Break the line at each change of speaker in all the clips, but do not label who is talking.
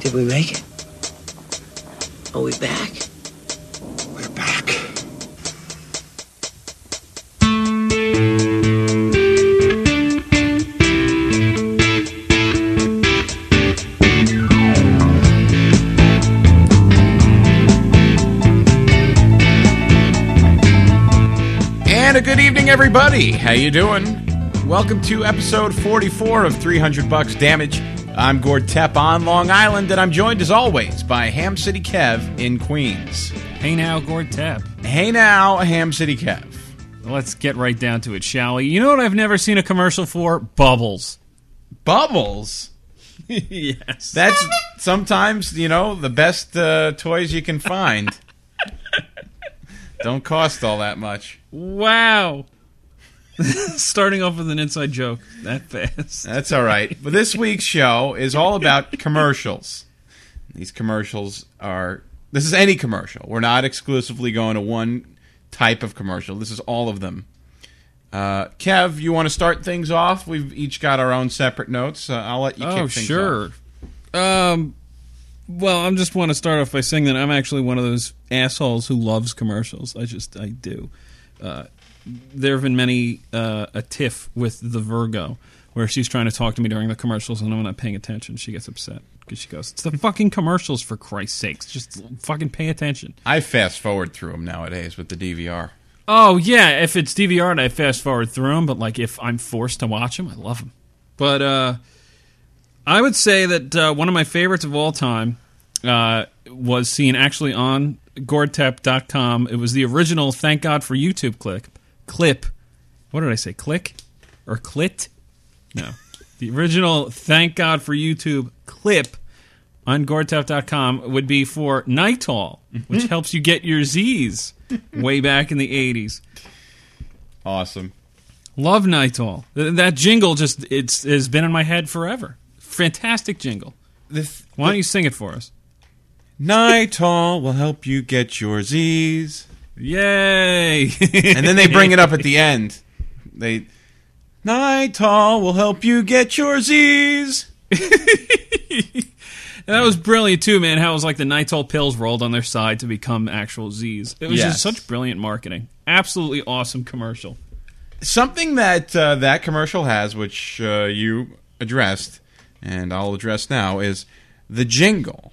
Did we make it? Are we back?
We're back.
And a good evening, everybody. How you doing? Welcome to episode 44 of 300 Bucks Damage. I'm Gord Tepp on Long Island, and I'm joined as always by Ham City Kev in Queens.
Hey now, Gord Tap.
Hey now, Ham City Kev.
Let's get right down to it, shall we? You know what I've never seen a commercial for? Bubbles.
Bubbles.
yes.
That's sometimes you know the best uh, toys you can find. Don't cost all that much.
Wow. Starting off with an inside joke that fast.
That's all right. But this week's show is all about commercials. These commercials are. This is any commercial. We're not exclusively going to one type of commercial. This is all of them. Uh, Kev, you want to start things off? We've each got our own separate notes. Uh, I'll let you kick
Oh,
things
sure.
off.
Um, well, I just want to start off by saying that I'm actually one of those assholes who loves commercials. I just, I do. Uh, there have been many uh, a tiff with the Virgo, where she's trying to talk to me during the commercials, and I'm not paying attention. She gets upset because she goes, "It's the fucking commercials for Christ's sakes! Just fucking pay attention."
I fast forward through them nowadays with the DVR.
Oh yeah, if it's DVR, I fast forward through them. But like if I'm forced to watch them, I love them. But uh, I would say that uh, one of my favorites of all time uh, was seen actually on E GordTap.com. It was the original "Thank God for YouTube" clip. Clip. What did I say? Click or clit? No, the original "Thank God for YouTube" clip on GordTap.com would be for Nitol, which helps you get your Z's way back in the 80s.
Awesome.
Love Nitol. Th- That jingle just it's has been in my head forever. Fantastic jingle.
The th-
Why don't you sing it for us?
Nitol will help you get your Z's.
Yay!
And then they bring it up at the end. They Nitol will help you get your Z's.
And that was brilliant too, man. How it was like the Nitol pills rolled on their side to become actual Z's. It was
Yes.
just such brilliant marketing. Absolutely awesome commercial.
Something that uh, that commercial has, which uh, you addressed, and I'll address now, is the jingle.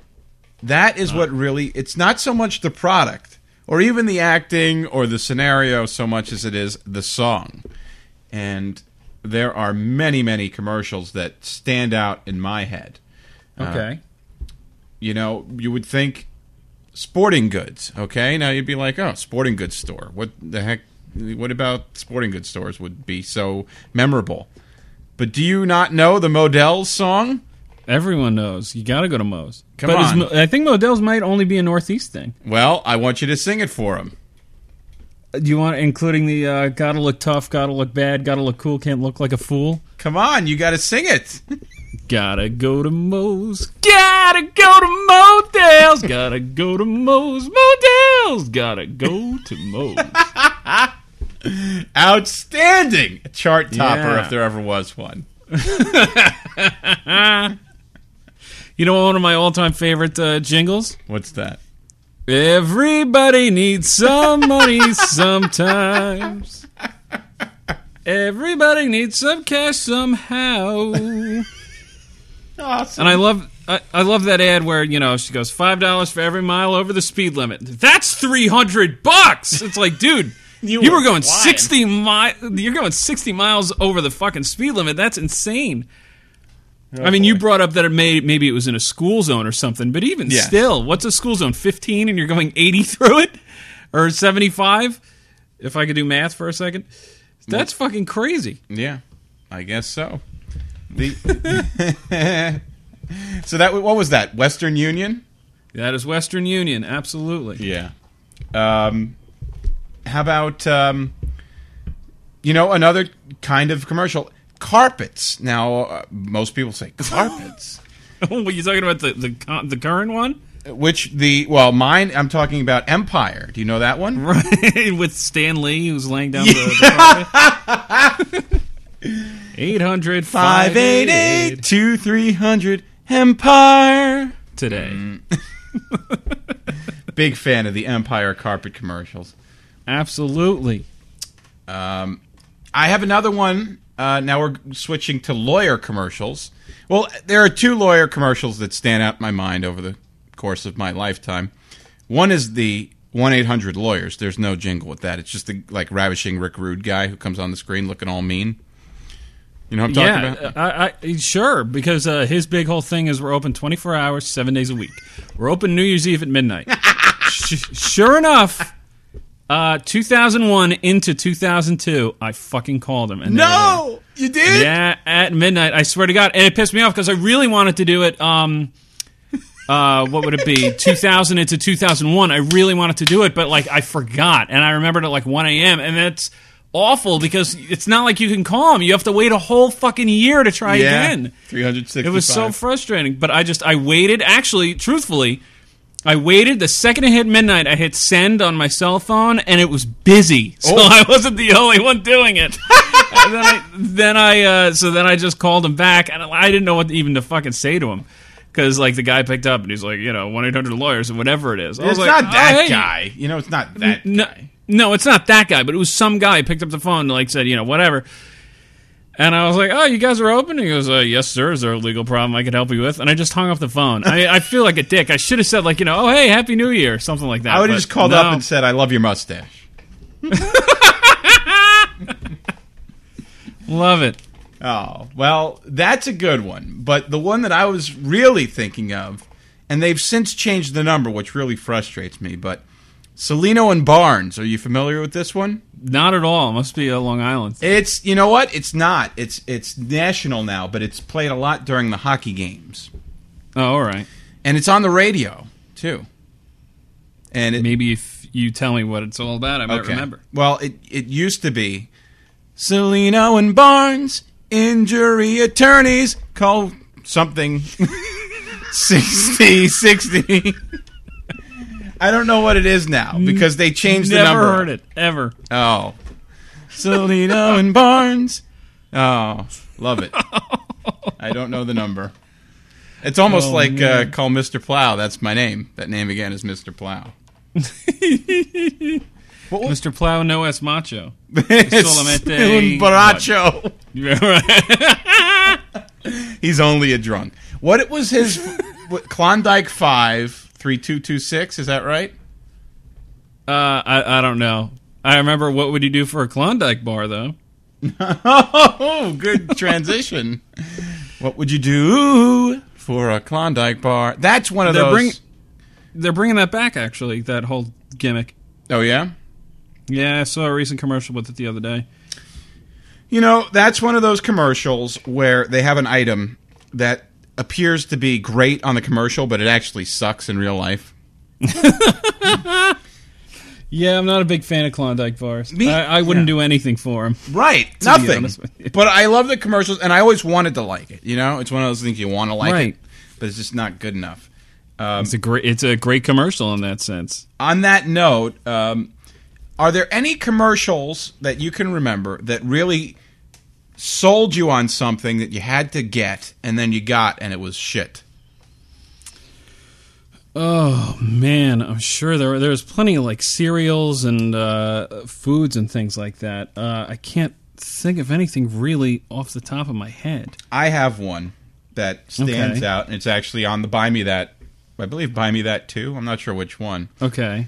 That is what really. It's not so much the product, or even the acting, or the scenario, so much as it is the song. And there are many, many commercials that stand out in my head. Uh-huh.
Okay.
you know, you would think sporting goods, okay? Now you'd be like, oh, sporting goods store. What the heck? What about sporting goods stores would be so memorable? But do you not know the Modell's song?
Everyone knows you got to go to Moe's.
Come
but is
on.
Mo- I think Modell's might only be a Northeast thing.
Well, I want you to sing it for him.
Uh, Do you want including the uh, "Gotta look tough, gotta look bad, gotta look cool, can't look like a fool"?
Come on, you got to sing it.
Gotta go to Moe's. Gotta go to motels. Gotta go to Moe's. Motels. Gotta go to Moe's.
Outstanding chart topper
Yeah.
if there ever was one.
you know one of my all-time favorite uh, jingles?
What's that?
Everybody needs some money sometimes. Everybody needs some cash somehow.
Awesome.
And I love I, I love that ad where, you know, she goes five dollars for every mile over the speed limit. That's three hundred bucks. It's like, dude, you, were,
were
going
flying.
sixty mi- you're going sixty miles over the fucking speed limit. That's insane. I mean, you brought up that it may maybe it was in a school zone or something, but even
Yeah.
still, what's a school zone? Fifteen, and you're going eighty through it, or seventy-five? If I could do math for a second, that's fucking crazy.
Yeah, I guess so. The so that what was that? Western Union.
That is Western Union, absolutely.
Yeah. Um, how about um, you know another kind of commercial carpets? Now uh, most people say carpets,
Were you talking about the the, con- the current one,
which the well mine I'm talking about Empire. Do you know that one?
right? With Stan Lee, who's laying down the, the eight hundred
Five eight eight two three hundred Empire.
today.
Big fan of the Empire carpet commercials.
Absolutely.
I have another one. Uh, now we're switching to lawyer commercials. Well, there are two lawyer commercials that stand out in my mind over the course of my lifetime. One is the 1 800 Lawyers. There's no jingle with that. It's just the like ravishing Rick Rude guy who comes on the screen looking all mean. You know what I'm talking
yeah, uh,
about?
I, I, sure, because uh, his big whole thing is we're open 24 hours, seven days a week. We're open New Year's Eve at midnight. Sh- sure enough, uh, 2001 into 2002, I fucking called him. And they were
no! You did?
like, Yeah, at midnight. I swear to God. And it pissed me off because I really wanted to do it. Um, uh, what would it be? 2000 into 2001. I really wanted to do it, but like I forgot, and I remembered at like 1 a.m. And that's awful because it's not like you can call him. You have to wait a whole fucking year to try again.
365.
It was so frustrating, but I just I waited. Actually, truthfully, I waited. The second it hit midnight, I hit send on my cell phone, and it was busy, so
Oh.
I wasn't the only one doing it. and then I, then I uh, so then I just called him back, and I didn't know what even to fucking say to him. Because like the guy picked up and he's like, you know, one eight hundred lawyers and whatever it is. I was
It's
like,
not
"Oh,
that
hey."
guy. You know, it's not that
No,
guy.
no, it's not that guy, but it was some guy picked up the phone and like said, you know, whatever. And I was like, "Oh, you guys are open." He goes, uh, "Yes, sir. Is there a legal problem I could help you with?" And I just hung up the phone. I, I feel like a dick. I should have said like, you know, "Oh, hey, happy New Year," something like that.
I would
but
have just called
no.
up and said, I love your mustache.
"Love it."
Oh, well, that's a good one. But the one that I was really thinking of, and they've since changed the number, which really frustrates me, but Salino and Barnes. Are you familiar with this one?
Not at all. Must be a Long Island. thing.
It's you know what? It's not. It's it's national now, but it's played a lot during the hockey games.
oh, all right.
And it's on the radio, too. And it,
Maybe if you tell me what it's all about, I might remember.
Well, it it used to be Salino and Barnes, injury attorneys, call something 60 60. I don't know what it is now because they changed the
Never
number.
heard it ever.
Oh. Salino and Barnes. Oh, love it. I don't know the number. It's almost
Oh,
like uh,
man.
call Mr. Plow. That's my name. That name again is Mr. Plow. what was
Mr. Plow, no es macho.
Solamente
Solamente-
un borracho.
Uh,
He's only a drunk. What it was his what, Klondike Five three two two six? Is that right?
Uh, I, I don't know. I remember what would you do for a Klondike bar though?
Oh, good transition. what would you do for a Klondike bar? That's one of
They're
those.
bring- They're bringing that back actually. That whole gimmick.
oh yeah.
Yeah, I saw a recent commercial with it the other day.
You know, that's one of those commercials where they have an item that appears to be great on the commercial, but it actually sucks in real life.
Yeah, I'm not a big fan of Klondike bars.
Me-
I, I wouldn't do anything for them.
Right.
be
Nothing.
honest with you.
But I love the commercials, and I always wanted to like it. You know, it's one of those things you want to like
Right.
it, but it's just not good enough.
It's a great, it's a great commercial in that sense.
On that note, um, are there any commercials that you can remember that really sold you on something that you had to get, and then you got, and it was shit?
Oh man, I'm sure there there's plenty of like cereals and uh, foods and things like that. Uh, I can't think of anything really off the top of my head.
I have one that stands
Okay.
out, and it's actually on the Buy Me That. I believe Buy Me That too. I'm not sure which one.
Okay.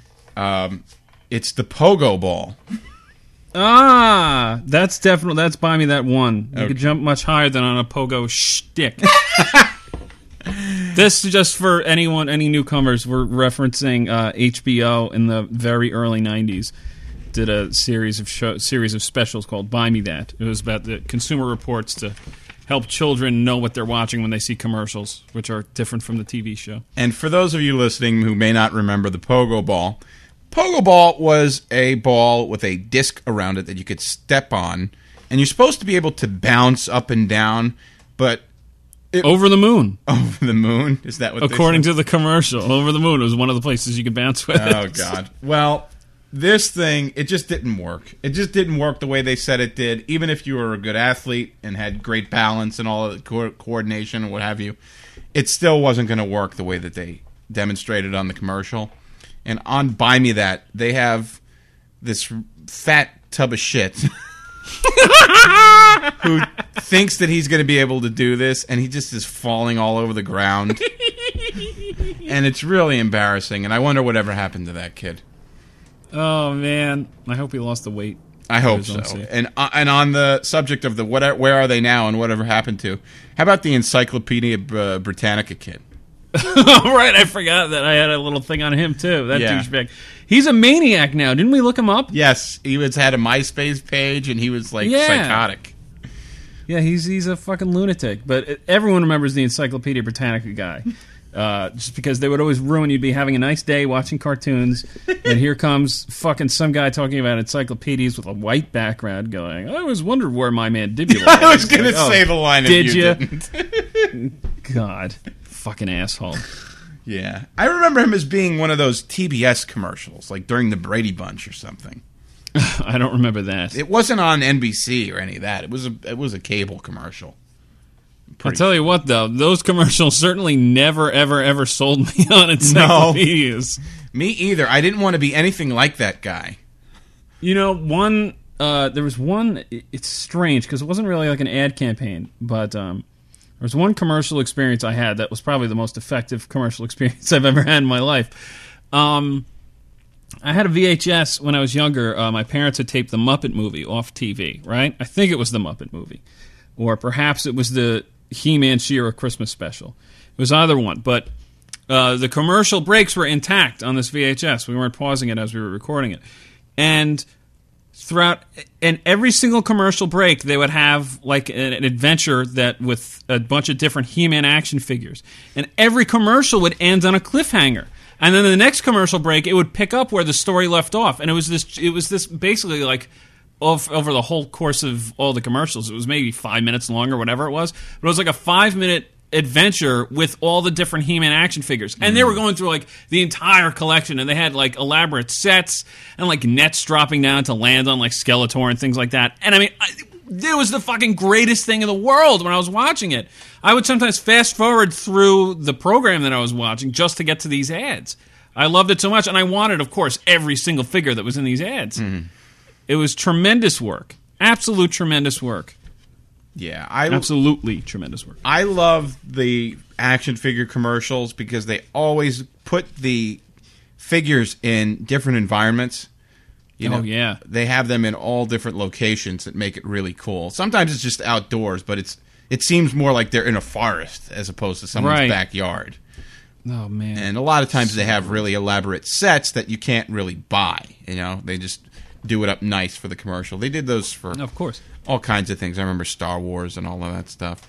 It's the Pogo Ball.
Ah, that's definitely that's by me that one. You
Okay.
could jump much higher than on a pogo shtick. this is just for anyone, any newcomers. We're referencing uh, HBO in the very early '90s. Did a series of show, series of specials called "Buy Me That." It was about the consumer reports to help children know what they're watching when they see commercials, which are different from the TV show.
And for those of you listening who may not remember the pogo ball, pogo ball was a ball with a disc around it that you could step on, and you're supposed to be able to bounce up and down, but
Over the Moon,
over the moon is that what? Oh, they
according to the commercial, Over the Moon was one of the places you could bounce with.
said? Oh
it.
God! Well, this thing it just didn't work. It just didn't work the way they said it did. Even if you were a good athlete and had great balance and all of the co- coordination and what have you, it still wasn't going to work the way that they demonstrated on the commercial. And on Buy Me That, they have this fat tub of shit who thinks that he's going to be able to do this, and he just is falling all over the ground. and it's really embarrassing, and I wonder whatever happened to that kid.
Oh man, I hope he lost the weight.
I hope
Arizona
so.
State.
And uh, and on the subject of the what, where are they now and whatever happened to? How about the Encyclopedia uh, Britannica kid?
All right, I forgot that I had a little thing on him too. That
Yeah.
douchebag. He's a maniac now. Didn't we look him up?
Yes, he was had a MySpace page and he was like
Yeah.
psychotic.
Yeah, he's he's a fucking lunatic. But it- everyone remembers the Encyclopedia Britannica guy, uh, just because they would always ruin. You'd be having a nice day watching cartoons, and here comes fucking some guy talking about encyclopedias with a white background, going, "I always wondered where my mandibula."
I was gonna
Like, oh,
say the line.
did
if you,
ya?
Didn't.
God, fucking asshole.
Yeah, I remember him as being one of those TBS commercials, like during the Brady Bunch or something.
I don't remember that.
It wasn't on NBC or any of that. It was a it was a cable commercial.
I'll tell you what, though, those commercials certainly never, ever, ever sold me on encyclopedias.
Me either. I didn't want to be anything like that guy.
You know, one uh, there was one. i- It's strange because it wasn't really like an ad campaign, but um, there was one commercial experience I had that was probably the most effective commercial experience I've ever had in my life. Um, I had a VHS when I was younger. Uh, my parents had taped the Muppet movie off TV, right? I think it was the Muppet movie, or perhaps it was the He-Man She-Ra Christmas special. It was either one, but uh, the commercial breaks were intact on this VHS. We weren't pausing it as we were recording it, and throughout and every single commercial break they would have like an, an adventure that with a bunch of different he-man action figures and every commercial would end on a cliffhanger and then the next commercial break it would pick up where the story left off and it was this it was this basically like of, over the whole course of all the commercials it was maybe five minutes long or whatever it was but it was like a five minute adventure with all the different He-Man action figures. And they were going through like the entire collection and they had like elaborate sets and like nets dropping down to land on like Skeletor and things like that. And I mean, I, it was the fucking greatest thing in the world when I was watching it. I would sometimes fast forward through the program that I was watching just to get to these ads. I loved it so much and I wanted of course every single figure that was in these ads. It was tremendous work. Absolute tremendous work.
Yeah, I
Absolutely tremendous work.
I love the action figure commercials because they always put the figures in different environments. You
Oh,
know,
yeah.
they have them in all different locations that make it really cool. Sometimes it's just outdoors, but it's it seems more like they're in a forest as opposed to someone's
Right.
backyard.
Oh man.
And a lot of times they have really elaborate sets that you can't really buy. You know, they just do it up nice for the commercial. They did those for
of course.
all kinds of things. I remember Star Wars and all of that stuff.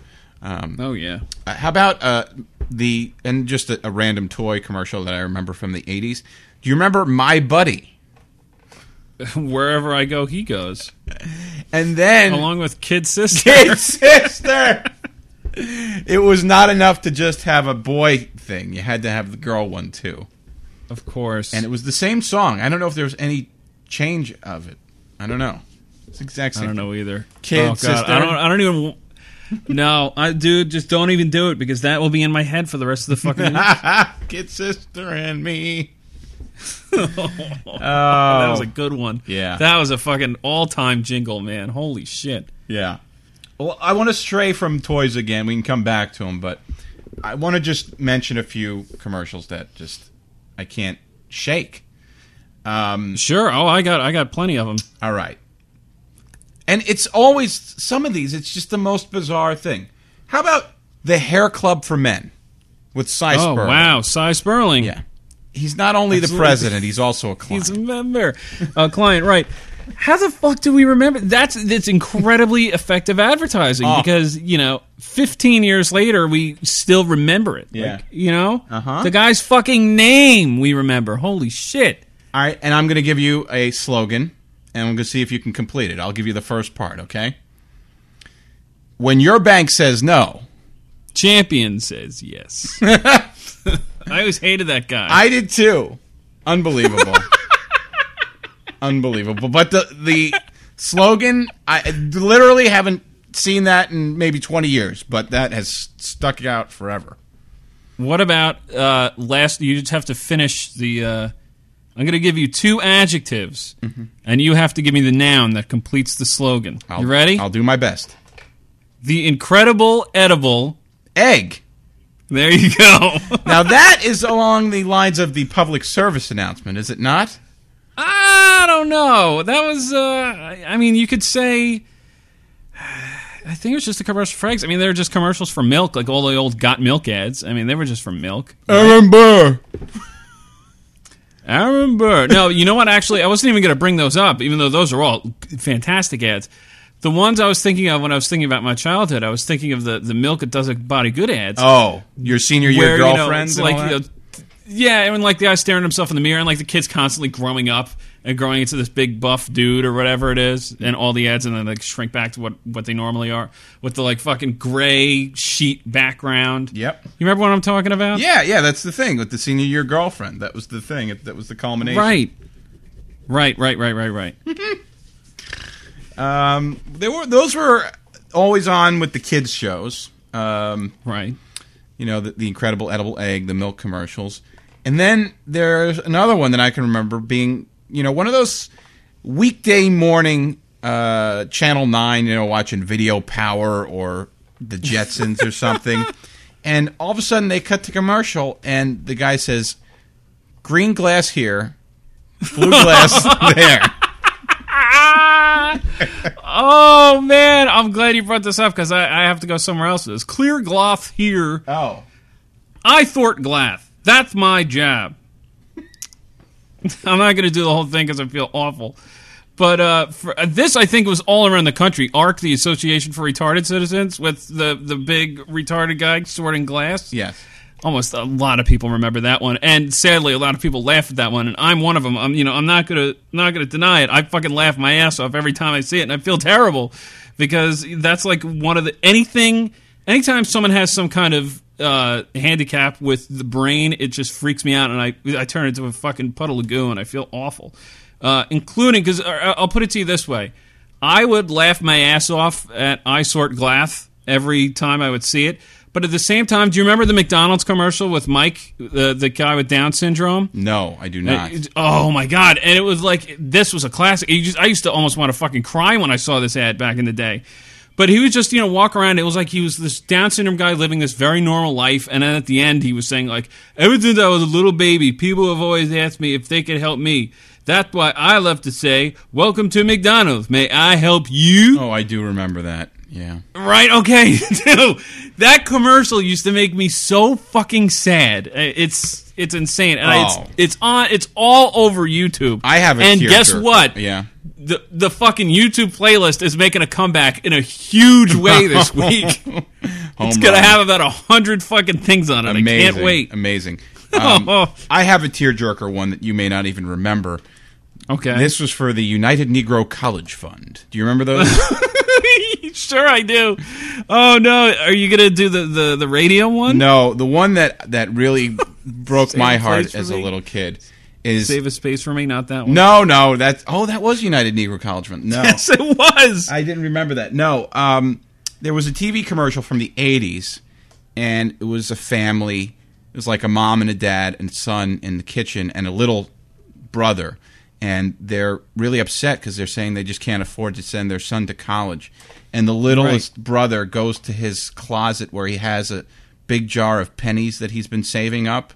Um,
Oh yeah.
uh, how about uh, the and just a, a random toy commercial that I remember from the '80s? Do you remember My Buddy?
Wherever I go, he goes.
And then
Along with Kid Sister.
Kid Sister. It was not enough to just have a boy thing. You had to have the girl one too.
Of course.
And it was the same song. I don't know if there was any change of it. I don't know. It's the exact
I
same.
don't know either.
Kid
oh, God.
Sister.
I don't I don't even No, I dude, just don't even do it because that will be in my head for the rest of the fucking
Kid Sister and me.
Oh,
Oh,
that was a good one.
Yeah.
That was a fucking all time jingle, man. Holy shit.
Yeah. Well, I want to stray from toys again. We can come back to them, but I want to just mention a few commercials that just I can't shake. Um,
Sure. Oh, I got I got plenty of them.
all right. And it's always some of these. It's just the most bizarre thing. How about the Hair Club for Men with Cy
Oh
Sperling?
wow, Cy Sperling.
Yeah. He's not only the
Absolutely.
president; he's also a client.
He's a member, a client, right? How the fuck do we remember? That's that's incredibly effective advertising
Oh.
because you know, 15 years later, we still remember it.
Yeah.
Like, you know,
Uh-huh.
the guy's fucking name we remember. Holy shit!
All right, and I'm going to give you a slogan, and I'm going to see if you can complete it. I'll give you the first part, okay? When your bank says no,
Champion says yes. I always hated that guy.
I did too. Unbelievable, unbelievable. But the the slogan, I literally haven't seen that in maybe 20 years, but that has stuck out forever.
What about uh, last? You just have to finish the. Uh, I'm going to give you two adjectives, and you have to give me the noun that completes the slogan.
Mm-hmm. I'll,
you ready?
I'll do my best.
the incredible edible.
Egg.
There you go.
Now that is along the lines of the public service announcement, is it not?
I don't know. That was. Uh, I I mean, you could say. I think it was just a commercial for eggs. I mean, they were just commercials for milk, like all the old "Got Milk" ads. I mean, they were just for milk.
Aaron Burr.
Aaron Burr. No, you know what? Actually, I wasn't even going to bring those up, even though those are all fantastic ads. The ones I was thinking of when I was thinking about my childhood, I was thinking of the, the milk it does a body good ads.
Oh, your senior year
you know,
girlfriend.
it's
and
like
all that?
you know, t- yeah, and like the guy staring at himself in the mirror, and like the kid's constantly growing up and growing into this big buff dude or whatever it is, and all the ads, and then like shrink back to what what they normally are with the like fucking gray sheet background.
Yep.
you remember what I'm talking about?
yeah, yeah, that's the thing with the senior year girlfriend. That was the thing. That was the culmination.
right, right, right, right, right, right.
Um, they were those were always on with the kids shows. Um,
right.
you know, the, the Incredible Edible Egg, the milk commercials. And then there's another one that I can remember being, you know, one of those weekday morning uh, Channel 9, you know, watching Video Power or The Jetsons or something. And all of a sudden they cut to commercial and the guy says, green glass here, blue glass there.
Oh man, I'm glad you brought this up because I, I have to go somewhere else. with This clear gloth here.
Oh.
I thwart Glath. That's my job. I'm not going to do the whole thing because I feel awful. But uh, for, uh, this, I think, was all around the country. ARC, the Association for Retarded Citizens, with the, the big retarded guy sorting glass.
Yes.
Almost a lot of people remember that one, and sadly, a lot of people laugh at that one. And I'm one of them. I'm, you know, I'm not gonna not gonna deny it. I fucking laugh my ass off every time I see it, and I feel terrible because that's like one of the anything. Anytime someone has some kind of uh, handicap with the brain, it just freaks me out, and I I turn into a fucking puddle of goo, and I feel awful. Uh, including because I'll put it to you this way: I would laugh my ass off at I Sort Glath every time I would see it. But at the same time, do you remember the McDonald's commercial with Mike, the, the guy with Down syndrome?
No, I do not.
It- oh my god! And it was like this was a classic. You just, I used to almost want to fucking cry when I saw this ad back in the day. But he was just you know walk around. It was like he was this Down syndrome guy living this very normal life, and then at the end he was saying like, ever since I was a little baby, people have always asked me if they could help me. That's why I love to say, "Welcome to McDonald's. May I help you?"
Oh, I do remember that. Yeah.
Right? Okay. Dude, that commercial used to make me so fucking sad. Uh, It's it's insane, and I,
Oh.
it's it's on it's all over YouTube.
I have a
And guess
tearjerker.
what?
Yeah.
The the fucking YouTube playlist is making a comeback in a huge way this
Oh,
week.
Home
it's gonna
run.
have about a hundred fucking things on it.
Amazing.
I can't wait.
Amazing. Um, I have a tearjerker one that you may not even remember.
Okay.
This was for the United Negro College Fund. Do you remember those?
sure I do. Oh no, are you gonna do the the, the radio one?
no, the one that that really broke
Save
my
a place
heart
for
as
me.
a little kid is
Save a space for me. Not that one.
no, no. That's oh, that was United Negro College Fund. No,
Yes, it was.
I didn't remember that. No, um, there was a TV commercial from the '80s, and it was a family. It was like a mom and a dad and son in the kitchen and a little brother, and they're really upset because they're saying they just can't afford to send their son to college. And the littlest brother goes to his closet where he has a big jar of pennies that he's been saving up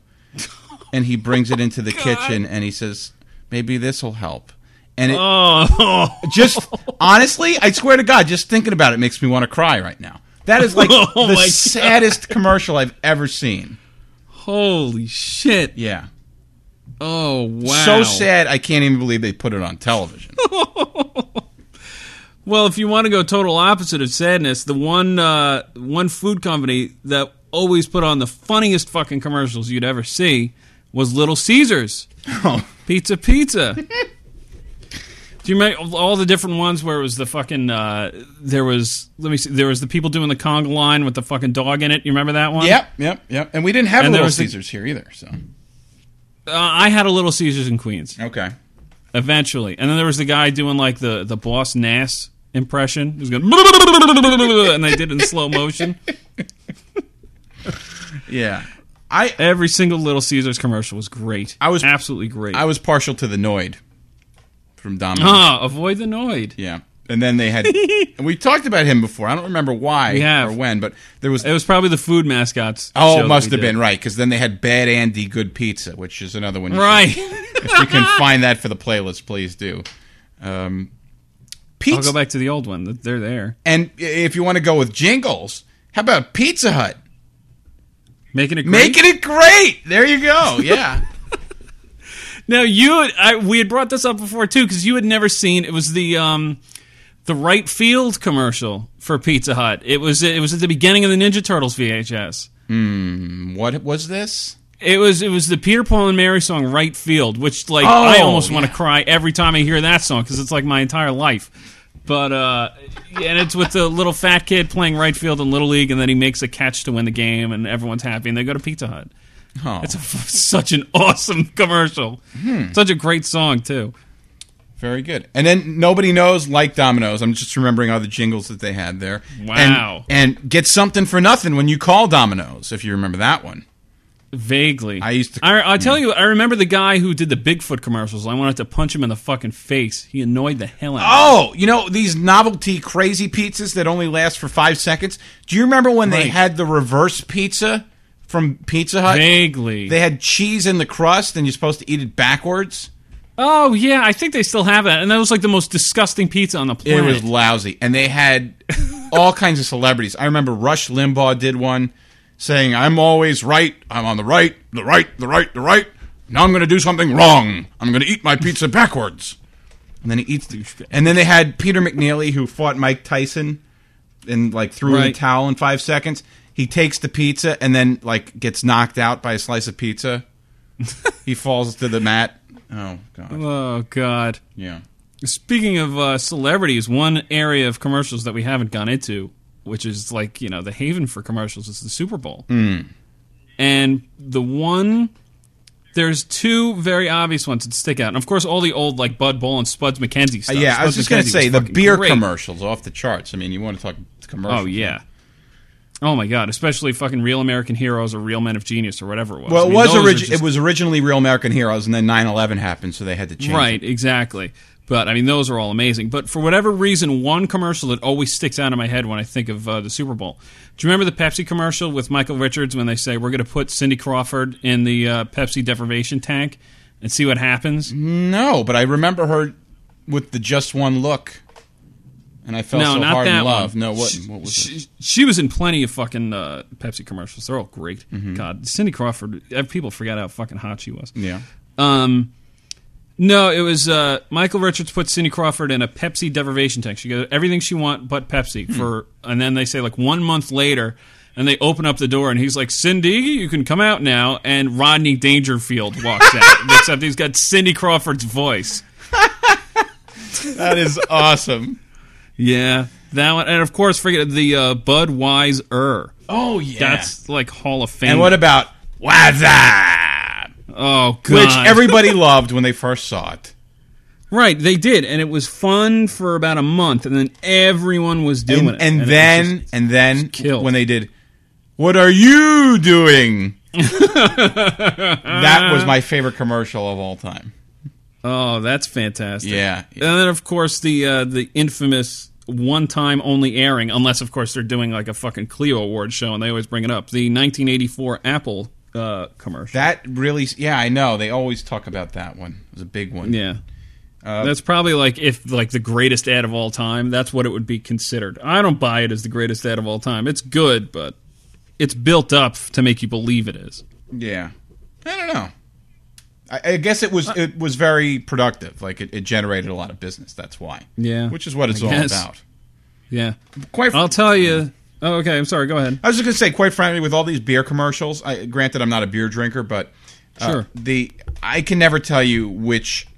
and he brings it into the kitchen and he says, "Maybe this will help." And it
Oh,
just honestly, I swear to God, just thinking about it makes me want to cry right now. That is like
Oh
the
my God.
saddest commercial I've ever seen.
Holy shit.
Yeah,
Oh wow!
so sad I can't even believe they put it on television.
Well, if you want to go total opposite of sadness, the one uh, one food company that always put on the funniest fucking commercials you'd ever see was Little Caesars. Oh. Pizza, pizza. Do you remember all the different ones where it was the fucking? Uh, there was let me see. There was the people doing the conga line with the fucking dog in it. You remember that one?
yep, yep, yep. And we didn't have
And there
Little
was the-
Caesars here either. So
Uh, I had a Little Caesars in Queens.
okay,
eventually. And then there was the guy doing like the the boss Nass impression. He was going and they did it in slow motion.
yeah. I
Every single Little Caesars commercial was great.
I was-
absolutely great.
I was partial to the Noid from Domino's.
ah, avoid the Noid.
Yeah. And then they had, and we talked about him before. I don't remember why
We have.
or when, but there was.
It was probably the food mascots.
oh,
show
it
that
must
we
have
did.
been right because then they had Bad Andy Good Pizza, which is another one. you should-
right.
if you can find that for the playlist, please do. Um,
I'll go
pizza,
back to the old one. They're there.
and if you want to go with jingles, how about Pizza Hut?
Making it great.
Making it great. There you go. Yeah.
Now you, had- I, we had brought this up before too because you had never seen it was the um, the right field commercial for Pizza Hut. It was it was at the beginning of the Ninja Turtles VHS.
what was this?
It was it was the Peter Paul and Mary song "Right Field," which like
Oh,
I almost want to
yeah.
cry every time I hear that song because it's like my entire life. But uh, and it's with the little fat kid playing right field in Little League, and then he makes a catch to win the game, and everyone's happy, and they go to Pizza Hut.
Oh,
It's a, such an awesome commercial,
Hmm.
such a great song too.
very good. And then nobody knows like Domino's. I'm just remembering all the jingles that they had there.
Wow.
And, and get something for nothing when you call Domino's, if you remember that one.
Vaguely,
I used to-
I, I tell you, I remember the guy who did the Bigfoot commercials. I wanted to punch him in the fucking face. He annoyed the hell out. of me.
Oh, you know these novelty crazy pizzas that only last for five seconds. Do you remember when they
Right.
had the reverse pizza from Pizza Hut?
vaguely.
They had cheese in the crust, and you're supposed to eat it backwards.
oh yeah, I think they still have that, and that was like the most disgusting pizza on the
It
planet.
was lousy, and they had all kinds of celebrities. I remember Rush Limbaugh did one saying, "I'm always right. I'm on the right, the right, the right, the right. Now I'm going to do something wrong. I'm going to eat my pizza backwards." And then he eats the. And then they had Peter McNeely who fought Mike Tyson and like threw in the
Right.
towel in five seconds. He takes the pizza and then like gets knocked out by a slice of pizza. he falls to the mat. Oh god.
oh god.
Yeah.
Speaking of uh, celebrities, one area of commercials that we haven't gone into, which is like you know the haven for commercials, is the Super Bowl.
Hmm.
And the one, there's two very obvious ones that stick out, and of course all the old like Bud Bowl and Spuds McKenzie stuff.
Uh, Yeah, I was
Spuds
just going
McKenzie
to say the
fucking
beer
great.
commercials off the charts. I mean, you want to talk commercials?
Oh yeah. Oh my god, especially fucking Real American Heroes or Real Men of Genius or whatever it was.
Well,
I
it
mean,
was
those are
orig-
just-
it was originally Real American Heroes, and then 9-11 happened, so they had to change.
Right,
it.
exactly. But I mean, those are all amazing. But for whatever reason, one commercial that always sticks out in my head when I think of uh, the Super Bowl. Do you remember the Pepsi commercial with Michael Richards when they say we're going to put Cindy Crawford in the uh, Pepsi deprivation tank and see what happens?
Mm-hmm. No, but I remember her with the just one look, and I fell
no,
so
not
hard
that
in love.
one.
No, what?
She,
what was it?
she, she was in plenty of fucking uh, Pepsi commercials. They're all great. God, Cindy Crawford. eh, People forgot how fucking hot she was.
Mm-hmm. Yeah.
Um, no, it was uh, Michael Richards put Cindy Crawford in a Pepsi deprivation tank. She goes everything she want but Pepsi
Hmm.
for, and then they say like one month later, and they open up the door and he's like, Cindy, you can come out now. And Rodney Dangerfield walks out, except he's got Cindy Crawford's voice.
That is awesome.
Yeah, that one, and of course, forget the uh, Budweiser.
Oh yeah.
That's like Hall of Fame.
and what about What's Up?
oh god,
Which everybody loved when they first saw it.
right? They did, and it was fun for about a month, and then everyone was doing
And,
it,
and
it was
then
just-
and then
killed.
when they did what are you doing that was my favorite commercial of all time
Oh, that's fantastic.
Yeah.
And then of course the uh, the infamous one time only airing, unless of course they're doing like a fucking Clio Award show and they always bring it up. The 1984 Apple uh, commercial.
that really yeah i know they always talk about that Uh, one it was a big one
yeah. that's probably like if like the greatest ad of all time. That's what it would be considered. I don't buy it as the greatest ad of all time. It's good, but it's built up to make you believe it is.
yeah i don't know I, I guess it was it was very productive like it, it generated a lot of business that's why
Yeah.
which is what it's
I
all
guess.
about
Yeah,
quite
I'll tell you. Oh, okay. I'm sorry. Go ahead.
I was just gonna say, quite frankly, with all these beer commercials, I, granted I'm not a beer drinker, but uh,
Sure.
the I can never tell you which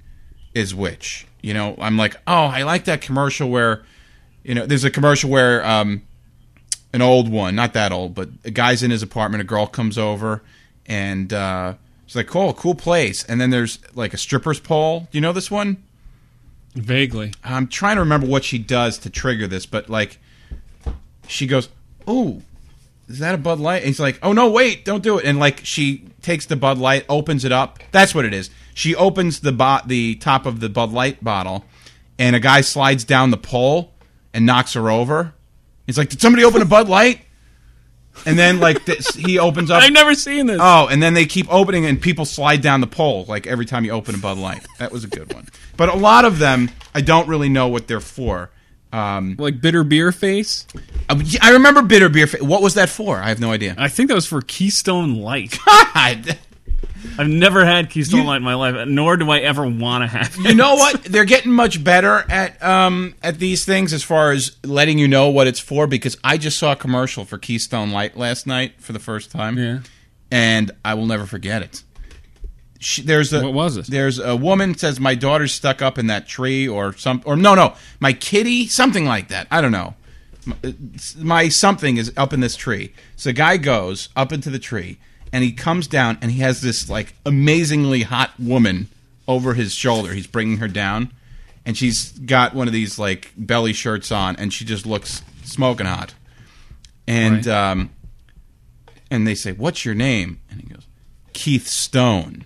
is which. You know, I'm like, oh, I like that commercial where, you know, there's a commercial where um, an old one, not that old, but a guy's in his apartment, a girl comes over, and uh, she's like, cool, cool place, and then there's like a stripper's pole. Do you know this one?
Vaguely.
I'm trying to remember what she does to trigger this, but like she goes, "Ooh, is that a Bud Light? And he's like, oh no, wait, don't do it. And like she takes the Bud Light, opens it up. That's what it is. She opens the bot, the top of the Bud Light bottle, and a guy slides down the pole and knocks her over. He's like, did somebody open a Bud Light? And then like this, he opens up.
I've never seen this.
Oh, and then they keep opening, and people slide down the pole like every time you open a Bud Light. That was a good one. But a lot of them, I don't really know what they're for. Um,
Like bitter beer face.
I I remember bitter beer. Fa- What was that for? I have no idea.
I think that was for Keystone Light.
God,
I've never had Keystone
You-
Light in my life, nor do I ever want to have. It.
you know what? They're getting much better at um, at these things as far as letting you know what it's for. Because I just saw a commercial for Keystone Light last night for the first time,
Yeah.
and I will never forget it. She, there's a
What was it?
There's a woman says my daughter's stuck up in that tree or some or no no my kitty something like that I don't know my, it's- my something is up in this tree. So the guy goes up into the tree and he comes down and he has this like amazingly hot woman over his shoulder. He's bringing her down and she's got one of these like belly shirts on and she just looks smoking hot. And
Right.
um and they say, "What's your name?" And he goes, "Keith Stone."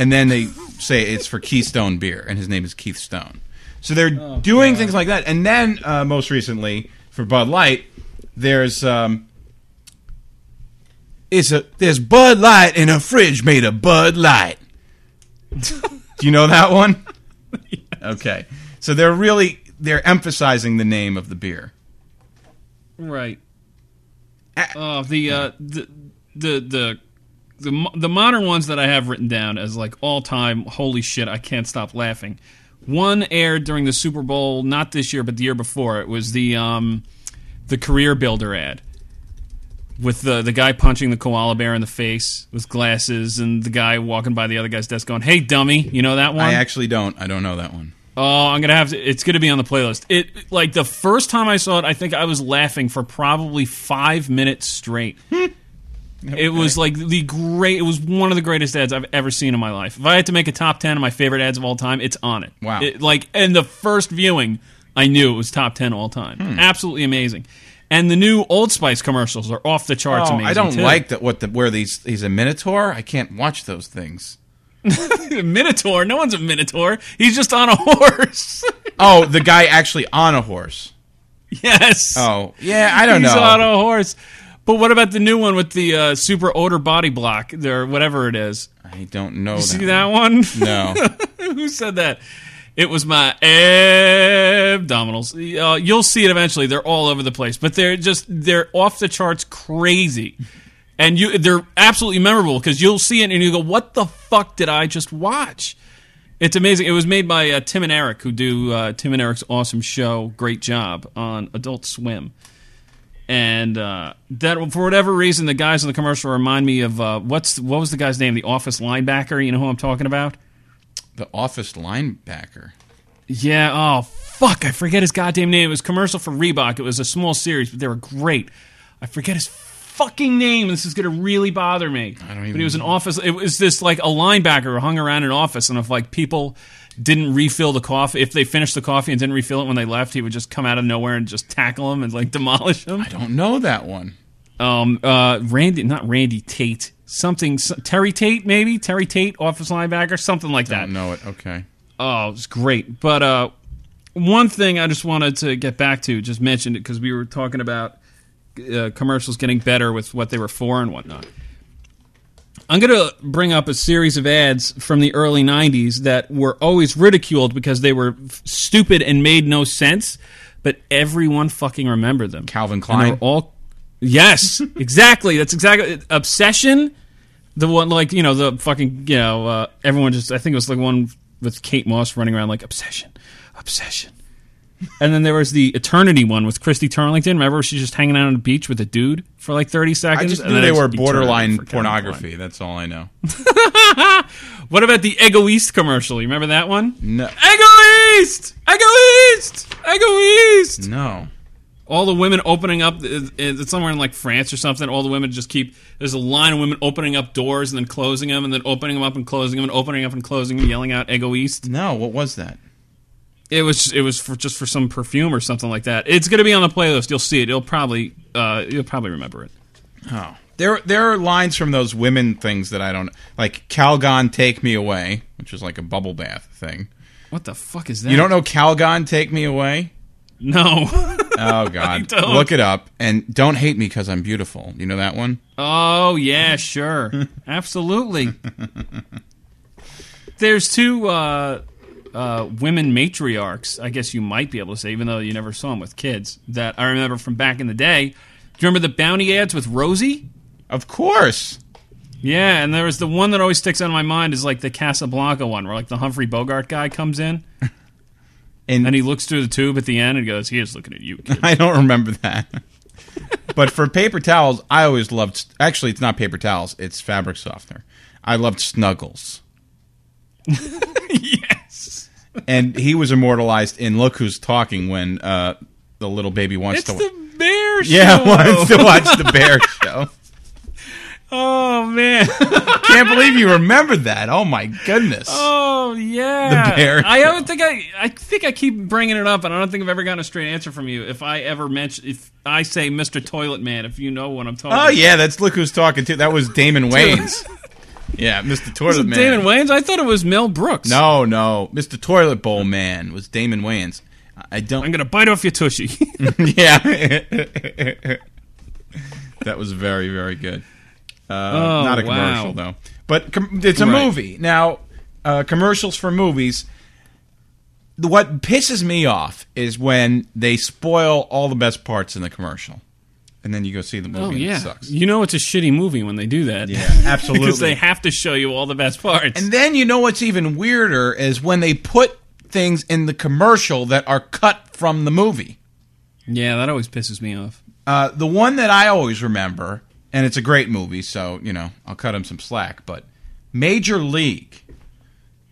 And then they say it's for Keystone Beer, and his name is Keith Stone. So they're doing things like that. And then uh, most recently for Bud Light, there's um, it's a there's Bud Light in a fridge made of Bud Light. Do you know that one? Okay, so they're really they're emphasizing the name of the beer.
Right.
Ah.
Oh, the uh, the the the. The, mo- the modern ones that I have written down as like all time, holy shit, I can't stop laughing. One aired during the Super Bowl, not this year, but the year before. It was the um, the career builder ad with the the guy punching the koala bear in the face with glasses, and the guy walking by the other guy's desk going, "Hey, dummy!" You know that one?
I actually don't. I don't know that one.
Oh, I'm gonna have to. It's gonna be on the playlist. It like the first time I saw it, I think I was laughing for probably five minutes straight. It was like the great. It was one of the greatest ads I've ever seen in my life. If I had to make a top ten of my favorite ads of all time, it's on it.
Wow.
It, like and the first viewing, I knew it was top ten all time.
Hmm.
Absolutely amazing. And the new Old Spice commercials are off the charts.
Oh,
amazing.
I don't
too.
like that. What the where these he's a minotaur. I can't watch those things.
Minotaur. No one's a Minotaur. He's just on a horse.
Oh, the guy actually on a horse.
yes.
Oh, yeah, I don't
He's
know.
on a horse. But what about the new one with the uh, super odor body block or whatever it is?
I don't know.
See that one?
No.
Who said that? It was my abdominals. Uh, you'll see it eventually. They're all over the place, but they're just they're off the charts crazy, and you they're absolutely memorable because you'll see it and you go, "What the fuck did I just watch?" It's amazing. It was made by uh, Tim and Eric, who do uh, Tim and Eric's awesome show. Great job on Adult Swim. And uh, that, for whatever reason, the guys in the commercial remind me of uh, what's what was the guy's name? The office linebacker. You know who I'm talking about?
the office linebacker.
Yeah. Oh fuck! I forget his goddamn name. It was a commercial for Reebok. It was a small series, but they were great. I forget his fucking name. This is gonna really bother me. I
don't even
But he was an office. It was this like a linebacker who hung around an office, and if like people didn't refill the coffee, if they finished the coffee and didn't refill it when they left, he would just come out of nowhere and just tackle them and like demolish them.
I don't know that one.
Um, uh, Randy, not Randy Tate. Something s- Terry Tate, maybe Terry Tate, office linebacker, something like
I
that.
don't know it. Okay.
Oh, it's great. But uh, one thing I just wanted to get back to, just mentioned it because we were talking about uh, commercials getting better with what they were for and whatnot. I'm going to bring up a series of ads from the early 90s that were always ridiculed because they were f- stupid and made no sense, but everyone fucking remembered them.
Calvin
And they
Klein.
were all yes, exactly. That's exactly obsession. The one like you know the fucking you know uh, everyone just I think it was like one with Kate Moss running around like obsession, obsession. And then there was the eternity one with Christy Turlington. Remember, she's just hanging out on the beach with a dude for like thirty seconds.
I just
And
knew
then
they
it's
were
eternity
borderline
for Calvin Klein.
pornography. That's all I know.
What about the Egoist commercial? You remember that one?
No.
Egoist, Egoist, Egoist.
No.
all the women opening up it- it's somewhere in like France or something all the women just keep there's a line of women opening up doors and then closing them and then opening them up and closing them and opening up and closing them yelling out Ego East
No. What was that?
it was it was for just for some perfume or something like that it's going to be on the playlist you'll see it you'll probably uh, you'll probably remember it
Oh, there there are lines from those women things that I don't like. Calgon, take me away, which is like a bubble bath thing.
What the fuck is that?
You don't know Calgon, take me away?
No.
Oh God,
don't.
look it up and don't hate me because I'm beautiful. You know that one?
oh yeah, sure, absolutely. There's two uh, uh, women matriarchs. I guess you might be able to say, even though you never saw them with kids, that I remember from back in the day. Do you remember the bounty ads with Rosie?
Of course.
Yeah, and there was the one that always sticks out in my mind is like the Casablanca one, where like the Humphrey Bogart guy comes in
And,
and he looks through the tube at the end and goes, "He is looking at you, kid."
I don't remember that. but for paper towels, I always loved. Actually, it's not paper towels; it's fabric softener. I loved Snuggles,
yes.
and he was immortalized in "Look Who's Talking" when uh, the little baby wants
It's
to.
the bear show.
yeah, wants to watch the bear show.
Oh man.
Can't believe you remembered that. Oh my goodness.
Oh yeah.
The bear
I
show.
don't think I. I think I keep bringing it up, and I don't think I've ever gotten a straight answer from you. If I ever mention, if I say Mr. Toilet Man, if you know what I'm talking.
Oh yeah, that's look who's talking too. That was Damon Wayans. yeah, Mr. Toilet Man.
Damon Wayans. I thought it was Mel Brooks.
No, no, Mr. Toilet Bowl Man was Damon Wayans. I- I
I'm
don't.
gonna bite off your tushy.
yeah. that was very, very good. Uh, not a commercial
Oh, wow.
though, but com- it's a
Right.
movie. Now, uh, commercials for movies. the- What pisses me off is when they spoil all the best parts in the commercial, and then you go see the movie
oh
and
yeah.
it sucks.
You know it's a shitty movie when they do that.
Yeah, absolutely.
because they have to show you all the best parts.
And then you know what's even weirder is when they put things in the commercial that are cut from the movie.
yeah, that always pisses me off.
Uh, the one that I always remember, and it's a great movie, so you know I'll cut him some slack. But Major League,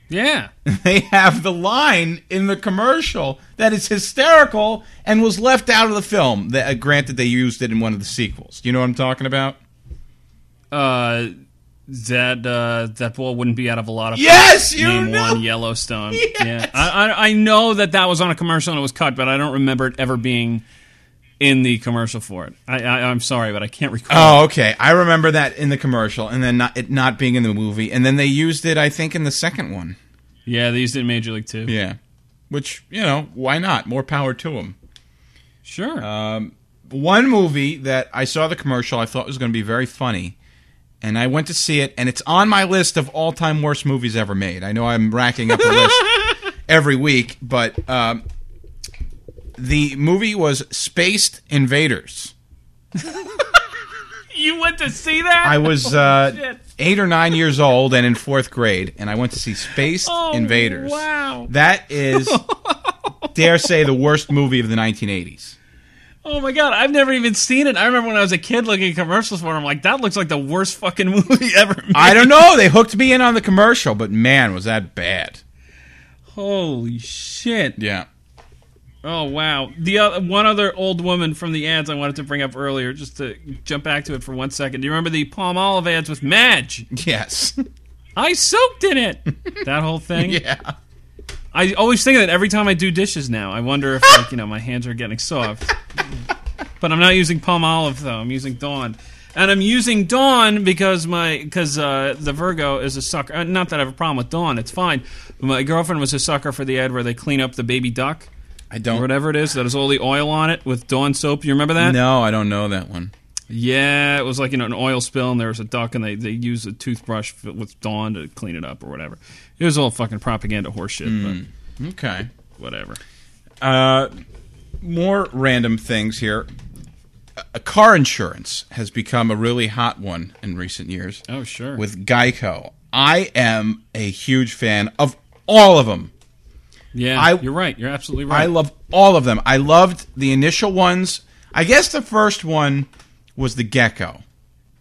Yeah.
they have the line in the commercial that is hysterical and was left out of the film. That, uh, granted, they used it in one of the sequels. You know what I'm talking about?
Uh, that uh, that ball wouldn't be out of a lot of
Yes, you
Name
know.
one Yellowstone.
Yes.
Yeah, I, I I know that that was on a commercial and it was cut, but I don't remember it ever being in the commercial for it. I, I I'm sorry, but I can't recall.
Oh, okay. I remember that in the commercial, and then not, it not being in the movie, and then they used it, I think, in the second one.
Yeah, they used it in Major League too.
Yeah. Which, you know, why not? More power to them.
Sure.
Uh, One movie that I saw the commercial I thought was going to be very funny, and I went to see it, and it's on my list of all time worst movies ever made. I know I'm racking up a list every week, but um, the movie was Spaced Invaders.
you went to see that?
I was uh,
shit.
eight or nine years old and in fourth grade, and I went to see Spaced
Oh,
Invaders.
wow.
That is, dare say, the worst movie of the 1980s.
oh my god, I've never even seen it. I remember when I was a kid looking at commercials for it. I'm like, that looks like the worst fucking movie ever. Made.
I don't know. They hooked me in on the commercial, but man, was that bad.
Holy shit.
Yeah.
Oh wow! The uh, one other old woman from the ads I wanted to bring up earlier, just to jump back to it for one second. Do you remember the palm olive ads with Madge?
Yes.
I soaked in it. That whole thing.
yeah.
I always think of that every time I do dishes. Now I wonder if like you know my hands are getting soft. but I'm not using palm olive though. I'm using Dawn, and I'm using Dawn because my because uh, the Virgo is a sucker. Uh, not that I have a problem with Dawn. It's fine. But my girlfriend was a sucker for the ad where they clean up the baby duck
I
or
don't.
whatever it is that has all the oil on it with Dawn soap. You remember that?
No, I don't know that one.
Yeah, it was like you know an oil spill and there was a duck and they they used a toothbrush f- with Dawn to clean it up or whatever. It was all fucking propaganda horseshit,
Mm. Okay.
but whatever.
Uh, more random things here. Uh, car insurance has become a really hot one in recent years
Oh sure.
with Geico. I am a huge fan of all of them.
yeah,
I-
you're right. You're absolutely right.
I love all of them. I loved the initial ones. I guess the first one was the gecko.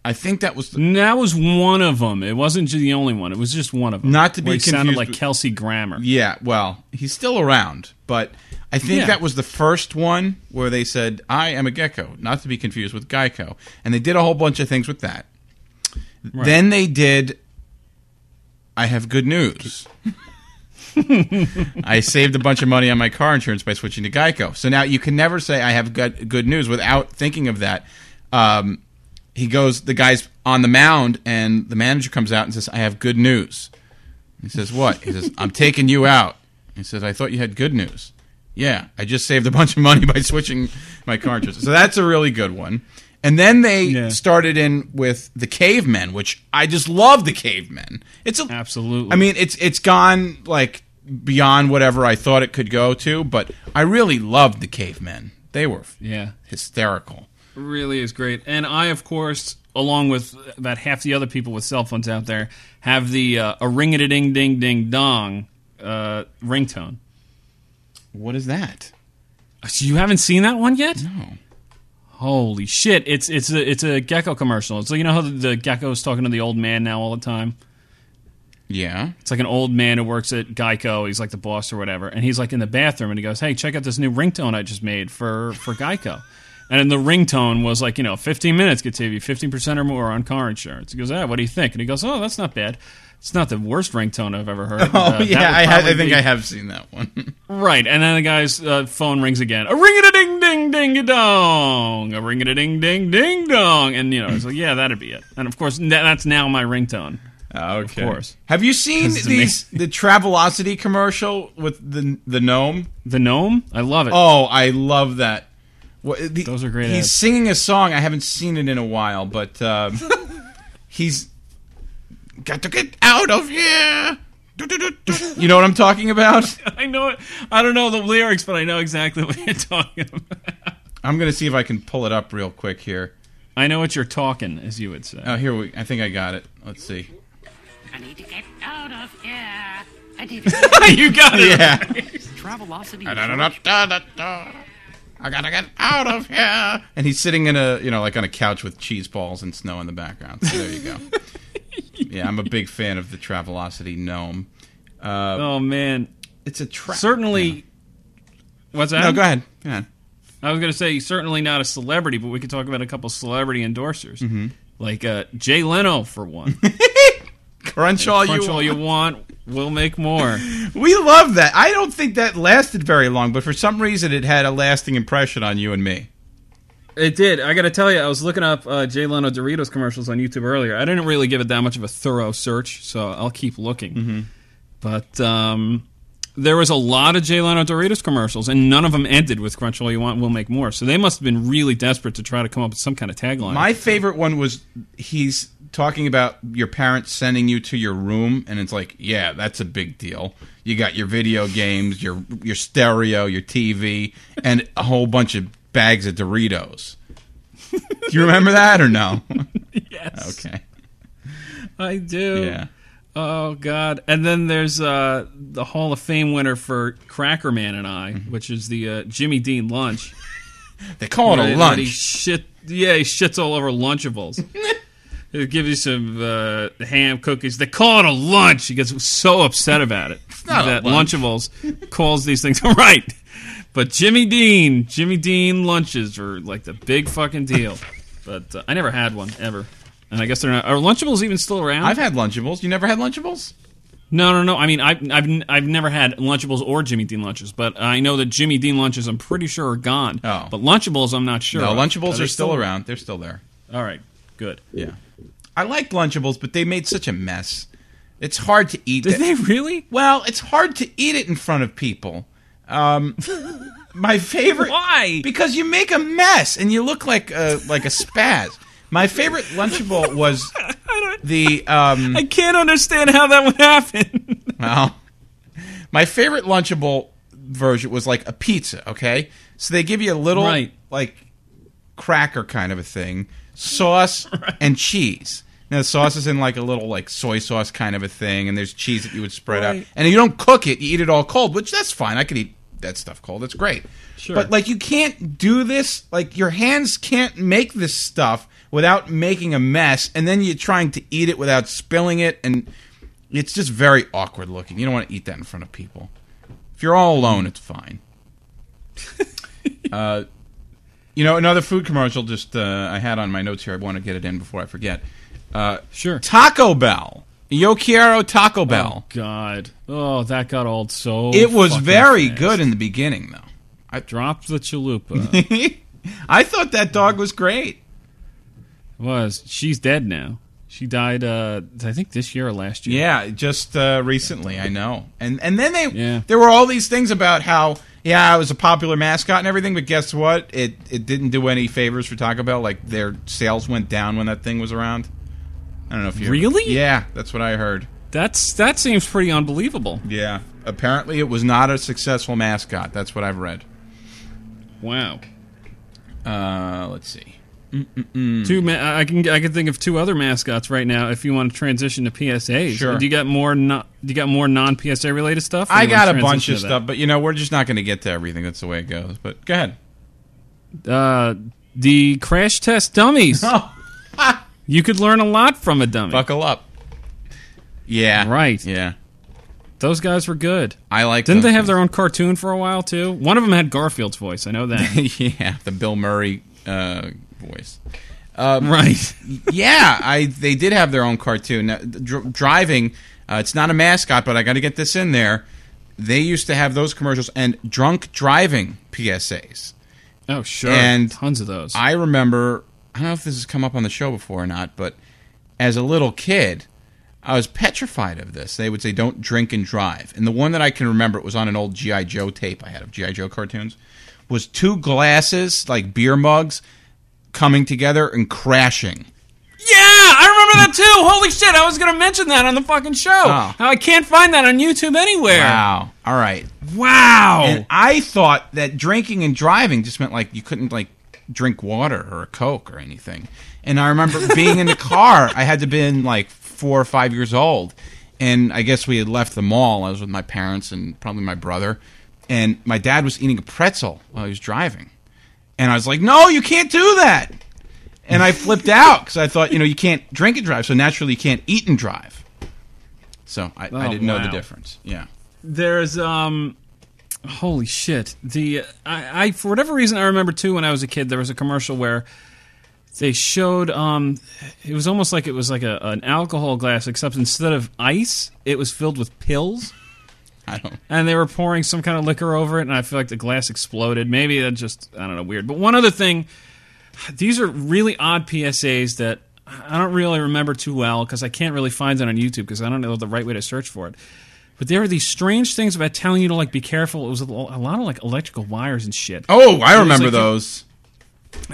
I think that was the
And that was one of them. It wasn't ju- the only one. It was just one of them.
Not to be
Where he sounded
confused
like
with-
Kelsey Grammer.
Yeah, well, he's still around, but I think
Yeah.
that was the first one where they said, I am a gecko, not to be confused with Geico. And they did a whole bunch of things with that. Then they did, I have good news. I saved a bunch of money on my car insurance by switching to Geico. So now you can never say I have good, good news without thinking of that. Um, he goes, the guy's on the mound, and the manager comes out and says, I have good news. He says, What? He says, I'm taking you out. He says, I thought you had good news. Yeah, I just saved a bunch of money by switching my cartridges. so that's a really good one. And then they
Yeah.
started in with the cavemen, which I just love the cavemen. It's a,
Absolutely.
I mean, it's it's gone like beyond whatever I thought it could go to, but I really loved the cavemen. They were
yeah.
hysterical.
really is great. And I, of course, along with about half the other people with cell phones out there, have the uh, a ring a ding ding ding dong uh, ringtone. Uh,
What is that?
So you haven't seen that one yet? No. Holy shit! It's it's a it's a gecko commercial. So you know how the, the gecko's talking to the old man now all the time.
Yeah.
It's like an old man who works at Geico. He's like the boss or whatever, and he's like in the bathroom, and he goes, "Hey, check out this new ringtone I just made for for Geico." And then the ringtone was like, you know, 15 minutes could save you 15% or more on car insurance. He goes, ah, what do you think? And he goes, oh, that's not bad. It's not the worst ringtone I've ever heard.
Oh
Uh, that
yeah,
would
I, ha- I
probably
think
be-
I have seen that one.
Right, and then the guy's uh, phone rings again. A ring a ding ding ding a dong. A ring a ding ding ding dong. And you know, it's like, yeah, that'd be it. And of course, n- that's now my ringtone.
Oh, okay.
Of course.
Have you seen
it's
these the Travelocity commercial with the the gnome?
The gnome, I love it.
Oh, I love that. What, the,
Those are great
He's
ads.
singing a song. I haven't seen it in a while, but um, he's got to get out of here. Do-do-do-do. You know what I'm talking about?
I know it. I don't know the lyrics, but I know exactly what you're talking about.
I'm gonna see if I can pull it up real quick here.
I know what you're talking, as you would say.
Oh, here we. I think I got it. Let's see.
I need to get out of here. I need to
you got it.
Yeah.
Travelocity.
I gotta get out of here. And he's sitting in a you know like on a couch with cheese balls and snow in the background. So there you go. yeah, I'm a big fan of the Travelocity gnome.
Oh man,
It's a trap.
certainly. What's that?
No, go ahead. Go ahead.
I was going to say certainly not a celebrity, but we could talk about a couple celebrity endorsers,
Mm-hmm.
like uh, Jay Leno for one.
Crunch all
Crunch
you.
all you want, we'll make more.
We love that. I don't think that lasted very long, but for some reason it had a lasting impression on you and me.
It did. I got to tell you, I was looking up uh, Jay Leno Doritos commercials on YouTube earlier. I didn't really give it that much of a thorough search, so I'll keep looking.
Mm-hmm.
But um, there was a lot of Jay Leno Doritos commercials, and none of them ended with "Crunch all you want, we'll make more." So they must have been really desperate to try to come up with some kind of tagline.
My favorite one was he's talking about your parents sending you to your room, and it's like, yeah, that's a big deal. You got your video games, your your stereo, your TV, and a whole bunch of bags of Doritos. Do you remember that or no?
yes,
Okay.
I do.
Yeah.
Oh God! And then there's uh, the Hall of Fame winner for Cracker Man and I,
Mm-hmm.
which is the uh, Jimmy Dean lunch.
They call it
Right,
a
and He
lunch.
shit, yeah, he shits all over Lunchables. He'll give you some uh, ham cookies. They call it a lunch. He gets so upset about it
not a
that
lunch.
Lunchables calls these things right. But Jimmy Dean, Jimmy Dean lunches are like the big fucking deal. But uh, I never had one ever, and I guess they're not. Are Lunchables even still around?
I've had Lunchables. You never had Lunchables?
no, no, no. I mean, I've, I've n- I've never had Lunchables or Jimmy Dean lunches, but I know that Jimmy Dean lunches I'm pretty sure are gone.
Oh.
but Lunchables I'm not sure.
No,
of.
Lunchables
they
are still around. They're still there.
All right, good.
Yeah. I liked Lunchables, but they made such a mess. It's hard to eat.
Did
it.
they really?
Well, it's hard to eat it in front of people. Um, my favorite.
Why?
Because you make a mess and you look like a, like a spaz. My favorite Lunchable was the. Um,
I can't understand how that would happen.
well, my favorite Lunchable version was like a pizza, okay? So they give you a little,
Right.
like, cracker kind of a thing, sauce and cheese. Now, the sauce is in like a little like soy sauce kind of a thing, and there's cheese that you would spread out.
Right.
And you don't cook it; you eat it all cold, which that's fine. I could eat that stuff cold; that's great.
Sure.
But like, you can't do this. Like, your hands can't make this stuff without making a mess, and then you're trying to eat it without spilling it, and it's just very awkward looking. You don't want to eat that in front of people. If you're all alone, it's fine. Uh, You know, another food commercial just uh, I had on my notes here. I want to get it in before I forget. Uh,
Sure.
Taco Bell. Yo quiero Taco
Oh
Bell.
God. Oh, that got old so.
it was
fucking
very
fast.
good in the beginning, though.
Drop the chalupa.
I thought that dog was great.
was. She's dead now. She died, uh, I think, this year or last year.
Yeah, just uh, recently, I know. And and then they
Yeah.
there were all these things about how yeah, it was a popular mascot and everything, but guess what? It it didn't do any favors for Taco Bell. Like their sales went down when that thing was around. I don't know if you
Really?
Yeah, that's what I heard.
That's that seems pretty unbelievable.
Yeah. Apparently it was not a successful mascot. That's what I've read.
Wow.
Uh, let's see. Hmm.
Two ma- I I can I can think of two other mascots right now if you want to transition to PSAs.
Sure.
Do you got more non do you got more non PSA related stuff? or
I
you wanna
got a bunch
transition
of
to
stuff, but you know, we're just not going to get to everything. That's the way it goes. But go ahead.
that? Uh the crash test dummies.
Oh.
you could learn a lot from a dummy.
Buckle up. Yeah.
Right.
Yeah.
Those guys were good.
I like
Didn't they have their own cartoon for a while too? One of them had Garfield's voice. I know that.
yeah, the Bill Murray uh, voice.
right.
yeah, I they did have their own cartoon. Now, dr- driving, uh, it's not a mascot, but I got to get this in there. They used to have those commercials and drunk driving PSAs.
Oh sure.
And
tons of those.
I remember, I don't know if this has come up on the show before or not, but as a little kid, I was petrified of this. They would say, don't drink and drive. And the one that I can remember, it was on an old G.I. Joe tape I had of G.I. Joe cartoons, was two glasses, like beer mugs, coming together and crashing.
Yeah, I remember that too. Holy shit, I was going to mention that on the fucking show.
Oh.
How I can't find that on YouTube anywhere.
Wow. All right.
Wow.
And I thought that drinking and driving just meant like you couldn't like drink water or a Coke or anything. And I remember being in the car. I had to been like four or five years old. And I guess we had left the mall. I was with my parents and probably my brother. And my dad was eating a pretzel while he was driving. And I was like, no, you can't do that. And I flipped out because I thought, you know, you can't drink and drive. So naturally, you can't eat and drive. So I, I
Oh,
didn't know the
wow.
difference. Yeah.
There's um holy shit. The I, I for whatever reason I remember too when I was a kid there was a commercial where they showed um it was almost like it was like a, an alcohol glass except instead of ice it was filled with pills
I don't.
and they were pouring some kind of liquor over it, and I feel like the glass exploded. Maybe that just I don't know weird. But one other thing, these are really odd PSAs that I don't really remember too well because I can't really find it on YouTube because I don't know the right way to search for it. But there were these strange things about telling you to like be careful. It was a lo- a lot of like electrical wires and shit.
Oh, I
was
remember
like you-
those.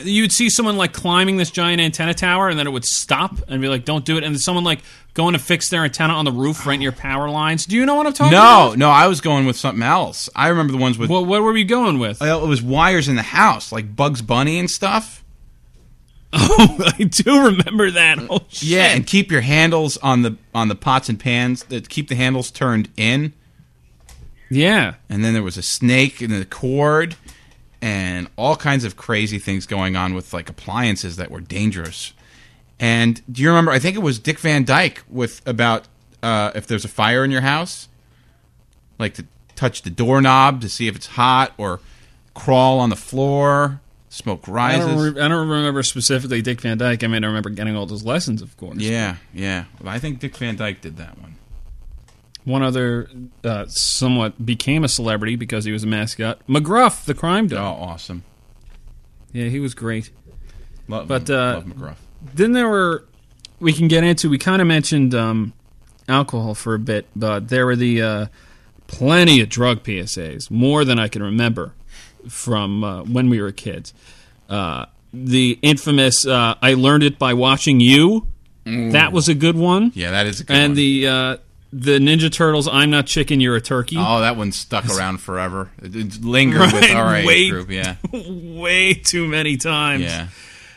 You'd see someone like climbing this giant antenna tower, and then it would stop and be like, "Don't do it." And then someone like going to fix their antenna on the roof right near power lines. Do you know what I'm talking about?
No, no, I was going with something else. I remember the ones with
Well, what were we going with?
well, it was wires in the house, like Bugs Bunny and stuff.
Oh, I do remember that. Oh, shit.
Yeah, and keep your handles on the on the pots and pans. That keep the handles turned in.
Yeah.
And then there was a snake and a cord, and all kinds of crazy things going on with like appliances that were dangerous. And do you remember? I think it was Dick Van Dyke with about uh, if there's a fire in your house, like to touch the doorknob to see if it's hot, or crawl on the floor. Smoke
I
rises.
don't, re- I don't remember specifically Dick Van Dyke. I mean, I remember getting all those lessons, of course.
yeah, yeah. I think Dick Van Dyke did that one.
One other uh, somewhat became a celebrity because he was a mascot. McGruff, the crime
Oh,
dog.
awesome!
Yeah, he was great.
Love,
But, uh,
love McGruff.
Then there were, we can get into, we kind of mentioned um, alcohol for a bit, but there were the uh, plenty of drug PSAs, more than I can remember from uh, when we were kids. Uh, the infamous uh, I learned it by watching you. That was a good one.
Mm. Yeah, that is a good
and
one.
the uh, the Ninja Turtles, I'm not chicken, you're a turkey.
Oh, that one stuck around forever. It, it lingered with
Right,
our age
wait.
group. Yeah,
Way too many times.
yeah.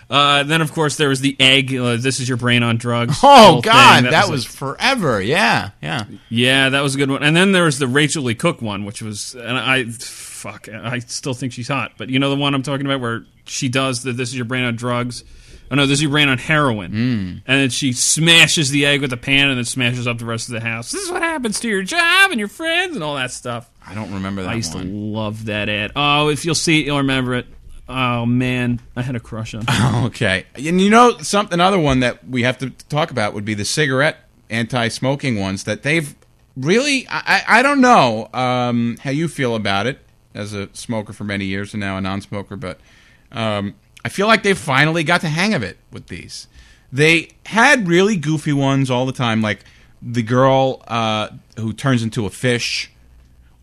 Uh, then of course there was the egg. Uh, this is your brain on drugs.
Oh
whole thing.
God, that, was,
a-
forever. Yeah, yeah.
yeah, that was a good one. And then there was the Rachel Lee Cook one, which was and I fuck, I still think she's hot. But you know the one I'm talking about where she does the This is your brain on drugs. Oh no, this is your brain on heroin.
Hmm.
Mm. And then she smashes the egg with a pan and then smashes up the rest of the house. This is what happens to your job and your friends and all that stuff.
I don't remember that
I used to
one.
love that ad. Oh, if you'll see it, you'll remember it. Oh man, I had a crush on. her.
Okay, and you know something? Another one that we have to talk about would be the cigarette anti-smoking ones that they've really. I, I I don't know um, how you feel about it as a smoker for many years and now a non-smoker, but um, I feel like they finally got the hang of it with these. They had really goofy ones all the time, like the girl uh, who turns into a fish,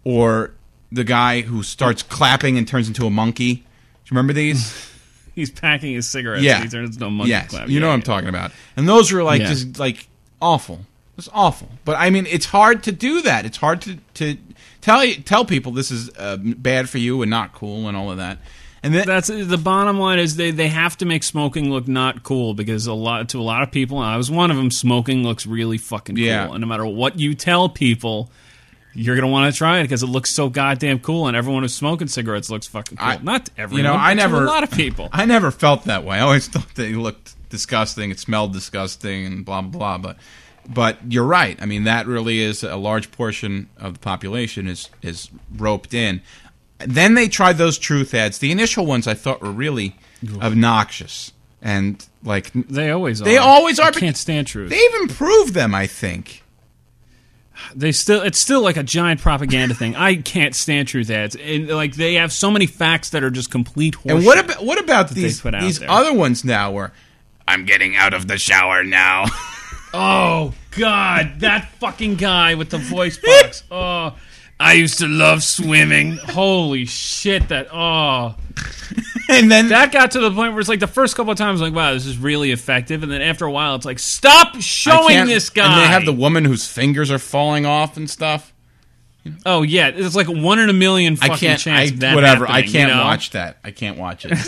or the guy who starts clapping and turns into a monkey. Do you remember these?
He's packing his cigarettes.
Yeah.
And he turns into a monkey
yes.
clap.
You know
Yeah,
what I'm
yeah.
talking about. And those were like
Yeah.
just like awful. It's awful. But I mean, it's hard to do that. It's hard to, to tell tell people this is uh, bad for you and not cool and all of that. And then
That's the bottom line is they, they have to make smoking look not cool because a lot to a lot of people and I was one of them smoking looks really fucking cool
Yeah.
and no matter what you tell people you're gonna want to try it because it looks so goddamn cool and everyone who's smoking cigarettes looks fucking cool.
I-
not everyone,
you know, I
but to
never
a lot of people.
I never felt that way. I always thought they looked disgusting. It smelled disgusting, and blah blah blah. But but you're right. I mean, that really is a large portion of the population is is roped in. Then they tried those truth ads. The initial ones I thought were really obnoxious and like
they always are.
They always are,
I
but
can't stand truth.
they've improved them. I think.
they still it's still like a giant propaganda thing. I can't stand truth ads. And like they have so many facts that are just complete horseshit.
And what about what about
they
these
put out
these
there.
other ones now? Where I'm getting out of the shower now.
Oh God, that fucking guy with the voice box. Oh, I used to love swimming. Holy shit! That oh,
and then
that got to the point where it's like the first couple of times, like wow, this is really effective, and then after a while, it's like stop
I
showing
can't-
this guy.
And they have the woman whose fingers are falling off and stuff.
oh yeah, it's like one in a million fucking
I can't.
chance.
I,
of that
whatever. I
happening, you
can't
know?
watch that. I can't watch it.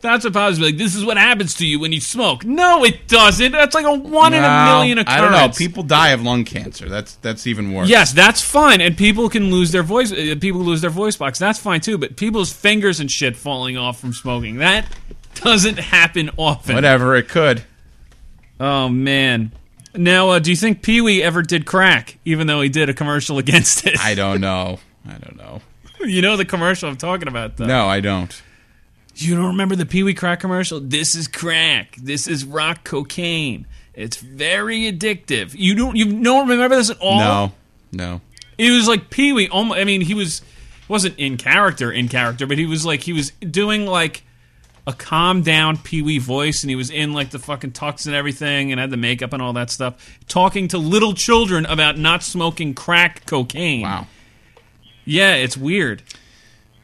That's a positive. Like this is what happens to you when you smoke. No, it doesn't. That's like a one in a
Well,
million occurrence.
I don't know. People die of lung cancer. That's that's even worse.
Yes, that's fine, and people can lose their voice. uh, People lose their voice box. That's fine too. But people's fingers and shit falling off from smoking that doesn't happen often.
Whatever. It could.
Oh man. Now, uh, do you think Pee Wee ever did crack, even though he did a commercial against it?
I don't know. I don't know.
you know the commercial I'm talking about, though.
No, I don't.
You don't remember the Pee Wee crack commercial? This is crack. This is rock cocaine. It's very addictive. You don't you don't remember this at all?
No. No.
It was like Pee Wee. Almost, I mean, he was wasn't in character, in character, but he was like he was doing like a calm down Pee Wee voice, and he was in like the fucking tux and everything, and had the makeup and all that stuff, talking to little children about not smoking crack cocaine.
Wow.
Yeah, it's weird.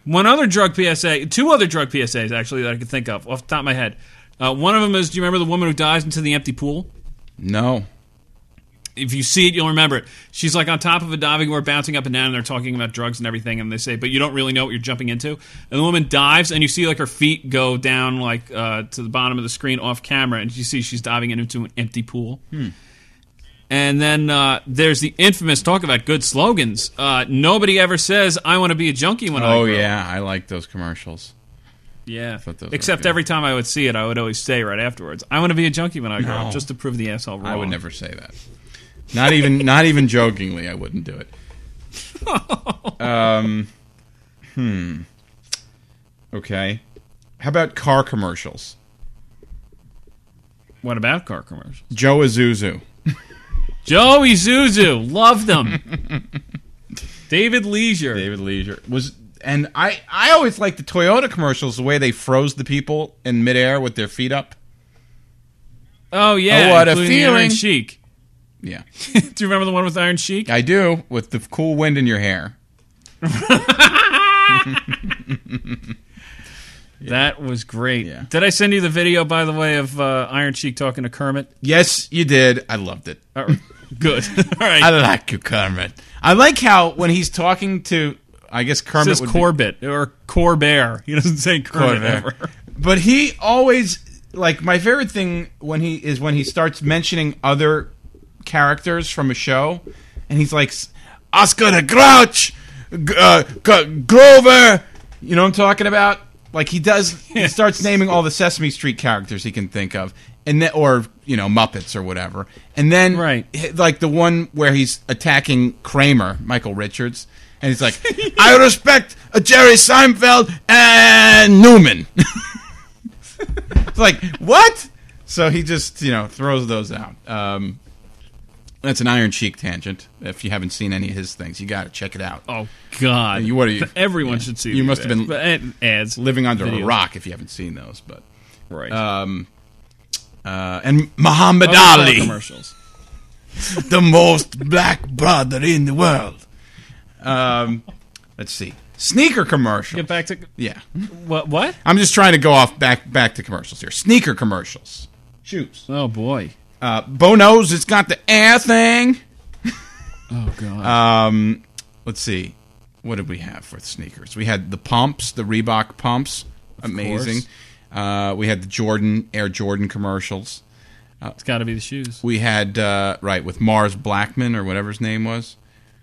One other drug PSA, two other drug PSAs actually that I could think of off the top of my head. Uh, one of them is, do you remember the woman who dives into the empty pool?
No.
if you see it, you'll remember it. She's like on top of a diving board, bouncing up and down, and they're talking about drugs and everything. And they say, but you don't really know what you're jumping into. And the woman dives, and you see like her feet go down like uh, to the bottom of the screen off camera, and you see she's diving into an empty pool.
Hmm.
And then uh, there's the infamous talk about good slogans. Uh, nobody ever says, "I want to be a junkie when I
Oh
grow up."
yeah, I like those commercials.
Yeah.
those were
Except
good.
every time I would see it, I would always say right afterwards, I want to be a junkie when I grow
No.
up, just to prove the asshole wrong.
I would never say that. Not even not even jokingly, I wouldn't do it. Um, hmm. Okay. How about car commercials?
What about car commercials?
Joe Azuzu.
Joey Zuzu, love them. David Leisure.
David Leisure was and I I always liked the Toyota commercials the way they froze the people in midair with their feet up.
Oh yeah,
Oh, what a
including the Iron
feeling.
Sheik.
Yeah.
Do you remember the one with Iron Sheik?
I do with the cool wind in your hair.
That was great.
Yeah.
Did I send you the video, by the way, of uh, Iron Sheik talking to Kermit?
Yes, you did. I loved it.
Uh, Good. All right.
I like you, Kermit. I like how when he's talking to I guess Kermit
says
would be-
Corbett or Corbear. He doesn't say Kermit
Corvair.
ever.
But he always like my favorite thing when he is when he starts mentioning other characters from a show, and he's like Oscar the Grouch, G- uh, G- Grover. You know what I'm talking about? Like he does. He starts naming all the Sesame Street characters he can think of, and then or you know Muppets or whatever, and then
Right.
h- like the one where he's attacking Kramer, Michael Richards. And he's like, I respect uh, Jerry Seinfeld and Newman. It's like, what? So he just, you know, throws those out. Um, That's an Iron Cheek tangent. If you haven't seen any of his things, you got to check it out.
Oh God!
You- what are you-
Everyone
yeah.
should see.
You
these
must have been
ads. But ad- ads
Living Under
videos.
a Rock, if you haven't seen those, but
Right.
um, uh, and Muhammad
Other
Ali,
commercials.
the most black brother in the world. Um, let's see, sneaker commercial.
Get back to
Yeah,
what? What?
I'm just trying to go off back back to commercials here. Sneaker commercials. Shoes.
Oh boy!
Uh, Bono's. It's got the air thing.
Oh God!
Uh, let's see what did we have for sneakers we had the pumps the reebok pumps amazing
course.
uh, we had the jordan air jordan commercials
it's got to be the shoes.
we had uh, right with mars blackman or whatever his name was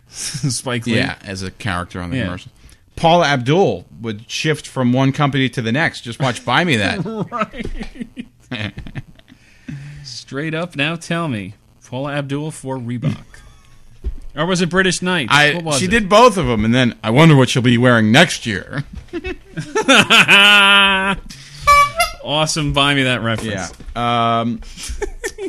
Spike Lee.
yeah as a character on the
Yeah.
commercial paula abdul would shift from one company to the next just watch buy me that
Straight up now, tell me, Paula Abdul for Reebok, or was it British Knights? What
I,
was
she
it?
did both of them and then i wonder what she'll be wearing next year
Awesome. Buy me that reference.
Yeah. Um,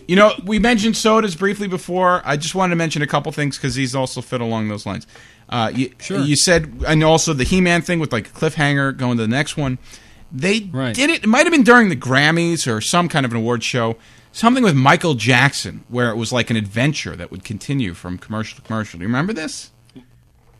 you know, we mentioned sodas briefly before. I just wanted to mention a couple things because these also fit along those lines. Uh, you,
Sure.
You said, and also the He-Man thing with like a cliffhanger going to the next one. They
Right.
did it. It might have been during the Grammys or some kind of an award show. Something with Michael Jackson, where it was like an adventure that would continue from commercial to commercial. Do you remember this?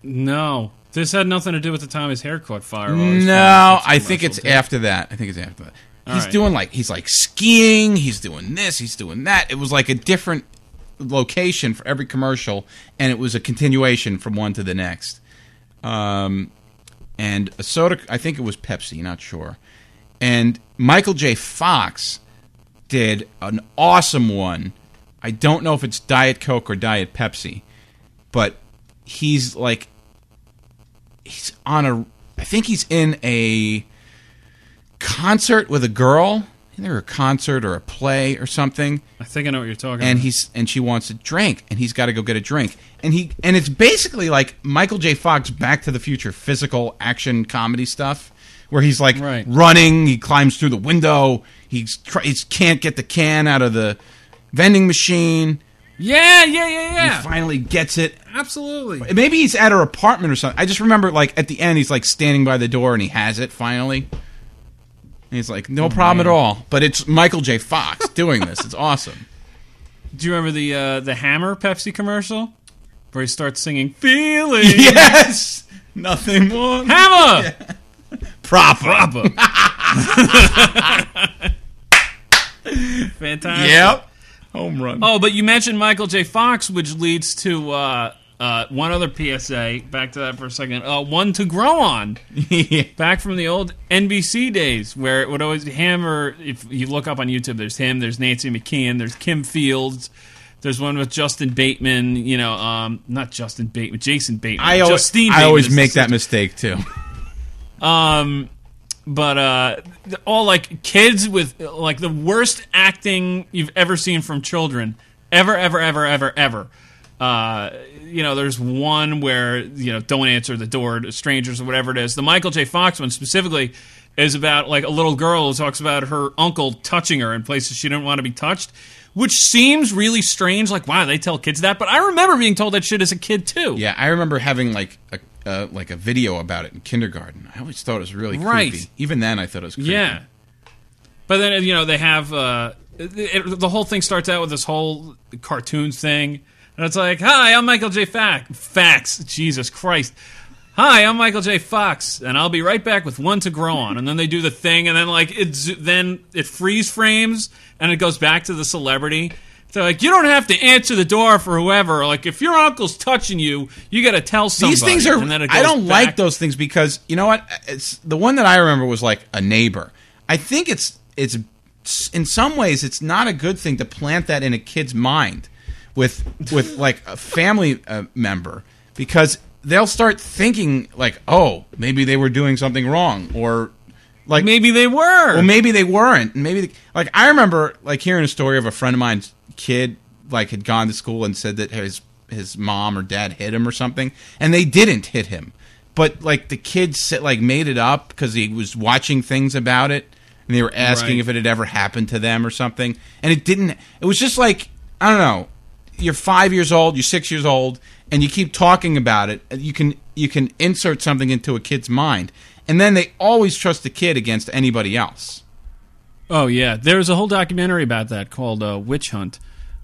No, this had nothing to do with the time his hair caught fire. while he was filming
No,
this
I think
commercial,
it's
did it?
after that. I think it's after that. he's
right.
doing like he's like skiing. He's doing this. He's doing that. It was like a different location for every commercial, and it was a continuation from one to the next. Um, and a soda. I think it was Pepsi. Not sure. And Michael J. Fox did an awesome one. I don't know if it's Diet Coke or Diet Pepsi, but he's like he's on a I think he's in a concert with a girl, either a concert or a play or something,
I think I know what you're talking
and
about.
he's and she wants a drink and he's got to go get a drink. And he and it's basically like Michael J. Fox back to the future physical action comedy stuff where he's like
Right.
running, he climbs through the window, he's tr- he can't get the can out of the vending machine.
yeah, yeah, yeah,
He
yeah.
finally gets it
Absolutely.
Maybe he's at her apartment or something. I just remember, like, at the end, he's, like, standing by the door and he has it finally. And he's like, no problem at all. But it's Michael J. Fox doing this. It's awesome.
Do you remember the uh, the Hammer Pepsi commercial where he starts singing "Feeling
yes! Nothing more.
Hammer"?
Proper.
Fantastic.
Yep. Home run.
Oh, but you mentioned Michael J. Fox, which leads to uh, uh, one other PSA. Back to that for a second. Uh, one to grow on.
Yeah.
Back from the old NBC days, where it would always be him or if you look up on YouTube, there's him, there's Nancy McKeon, there's Kim Fields. There's one with Justin Bateman, you know, um, not Justin Bateman, Jason Bateman.
I always,
Justine
I
Bateman
always
is the
make that mistake, too.
um, but uh, th- all like kids with like the worst acting you've ever seen from children, ever, ever, ever, ever, ever. Uh, you know, there's one where you know don't answer the door to strangers or whatever it is. The Michael J. Fox one specifically is about like a little girl who talks about her uncle touching her in places she didn't want to be touched. Which seems really strange. Like, wow, they tell kids that, but I remember being told that shit as a kid too.
yeah, I remember having, like, a. Uh, like a video about it in kindergarten. I always thought it was really
Right.
creepy. Even then, I thought it was creepy.
Yeah. But then you know they have uh, it, it- the whole thing starts out with this whole cartoons thing, and it's like, "Hi, I'm Michael J. Fax. Fax, Jesus Christ. Hi, I'm Michael J. Fox, and I'll be right back with one to grow on." And then they do the thing, and then like it zo- then it freeze frames, and it goes back to the celebrity. They're like, "You don't have to answer the door for whoever. Like, if your uncle's touching you, you got to tell somebody."
These things are.
And then it
I
goes
don't like
back-
those things because you know what? It's the one that I remember was like a neighbor. I think it's it's in some ways it's not a good thing to plant that in a kid's mind with with like a family uh, member because they'll start thinking like, oh, maybe they were doing something wrong or like
Maybe they were.
well, maybe they weren't. and Maybe they, like I remember like hearing a story of a friend of mine's kid like had gone to school and said that his his mom or dad hit him or something, and they didn't hit him, but like the kid said, like made it up because he was watching things about it, and they were asking
Right.
if it had ever happened to them or something, and it didn't. It was just like I don't know. you're five years old, you're six years old, and you keep talking about it, you can you can insert something into a kid's mind, and then they always trust the kid against anybody else.
Oh yeah, there was a whole documentary about that called uh, Witch Hunt,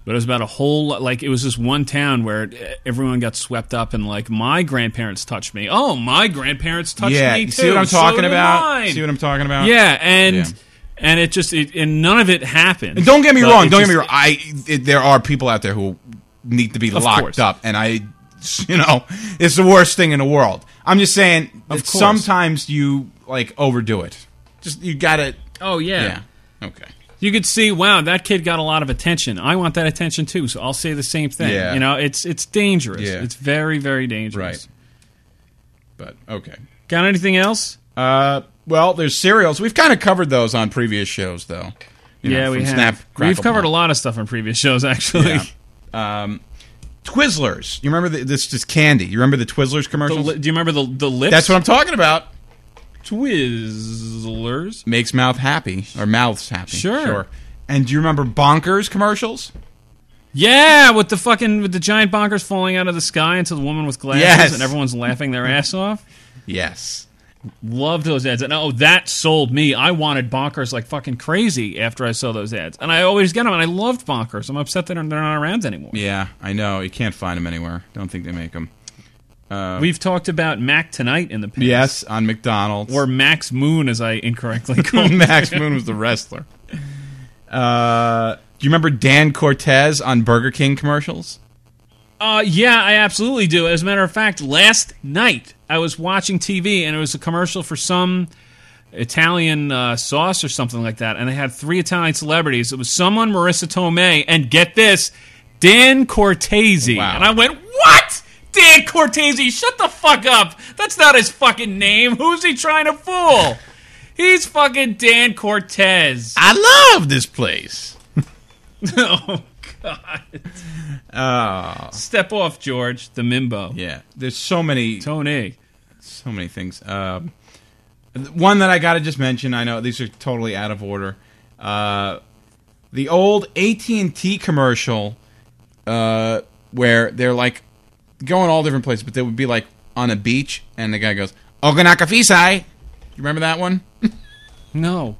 but it was about a whole like it was this one town where it, everyone got swept up and like my grandparents touched me. Oh, my grandparents touched
yeah,
me
you
too.
see what I'm
So
talking
did
about?
mine.
See what I'm talking about?
yeah, and
Yeah.
and it just it, and none of it happened.
And don't get me
But
wrong.
it
Don't
just-
get me wrong. I it, there are people out there who need to be
Of
locked
course.
up, and I, you know, it's the worst thing in the world. I'm just saying.
Of
that
course.
sometimes you like overdo it. Just you gotta.
Oh yeah.
Yeah. Okay.
you could see, wow, that kid got a lot of attention. I want that attention too, so I'll say the same thing.
Yeah.
You know, it's it's dangerous.
Yeah.
It's very very
Right.
dangerous.
But okay.
Got anything else?
Uh, well, there's cereals. We've kind of covered those on previous shows, though. You
yeah,
know,
we
from
have.
Snap,
We've
Crackle
covered
Pop.
a lot of stuff on previous shows, actually.
Yeah. Um, Twizzlers. You remember the, this? Just candy. You remember the Twizzlers
The
commercials?
li- do you remember the the lips?
That's what I'm talking about.
Twizzlers.
Makes mouth happy or mouths happy.
Sure.
And do you remember Bonkers commercials?
Yeah, with the fucking with the giant bonkers falling out of the sky into the woman with glasses,
Yes.
and everyone's laughing their ass off.
Yes.
Loved those ads. And oh, that sold me. I wanted bonkers like fucking crazy after I saw those ads, and I always get them. And I loved bonkers. I'm upset that they're they're not around anymore.
Yeah, I know. You can't find them anywhere. Don't think they make them.
We've talked about Mac tonight in the past.
Yes, on McDonald's.
Or Max Moon, as I incorrectly call him.
Max Moon was the wrestler. Uh, do you remember Dan Cortez on Burger King commercials?
Uh, yeah, I absolutely do. As a matter of fact, last night I was watching TV and it was a commercial for some Italian uh, sauce or something like that, and they had three Italian celebrities. It was someone, Marissa Tomei, and get this, Dan Cortese.
Wow.
And I went, what? Dan Cortese, shut the fuck up. That's not his fucking name. Who's he trying to fool? He's fucking Dan Cortez.
I love this place.
oh, God. Step off, George, the Mimbo.
Yeah, there's so many,
Tony.
so many things. Uh, one that I got to just mention. I know these are totally out of order. Uh, the old AT and T commercial uh, where they're like going all different places, but they would be like on a beach, and the guy goes "Okanakafisai." You remember that one?
No.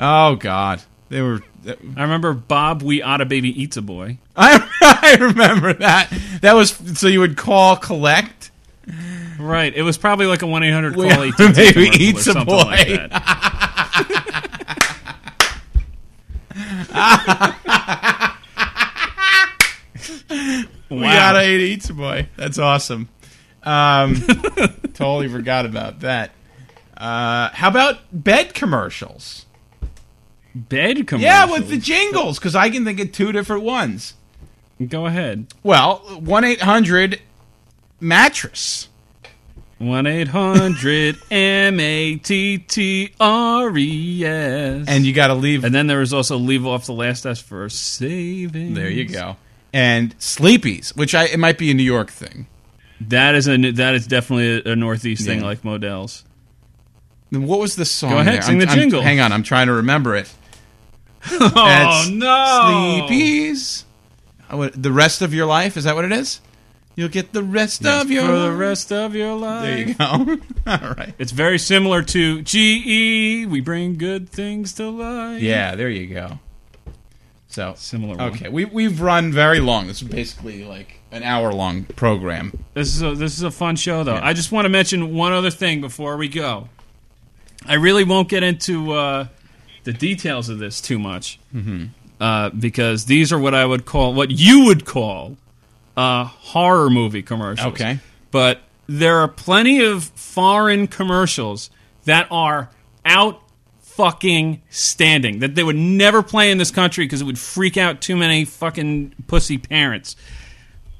Oh God, they were.
I remember Bob We Otta Baby Eats a Boy.
I, I remember that. That was so you would call collect.
Right. It was probably like a 1 800
We
call
Otta
8 commercial
Baby
or
Eats a
something
Boy.
Like that.
We gotta eat eats boy. That's awesome. Um, totally forgot about that. Uh, how about bed commercials?
Bed commercial.
Yeah, with the jingles because I can think of two different ones.
Go ahead.
Well, one eight hundred mattress.
1 800 M A T T R E S.
and you got to leave.
And then there was also leave off the last S for saving.
there you go. And sleepies, which I it might be a New York thing.
That is a that is definitely a, a Northeast thing,
Yeah.
like Modell's.
Then What was the song?
ahead,
there?
sing
I'm-
the
I'm-
jingle.
hang on, I'm trying to remember it.
Oh no!
Sleepies. I would- Oh, the rest of your life is that what it is? You'll get the rest of your
for the
life.
rest of your life.
There you go. All right.
It's very similar to GE. We bring good things to life.
Yeah, there you go. So
Similar one.
Okay, we we've run very long. This is basically like an hour long program.
This is a, this is a fun show, though. I just want to mention one other thing before we go. I really won't get into uh, the details of this too much uh, because these are what I would call what you would call uh, horror movie commercials.
Okay.
but there are plenty of foreign commercials that are out fucking standing that they would never play in this country because it would freak out too many fucking pussy parents.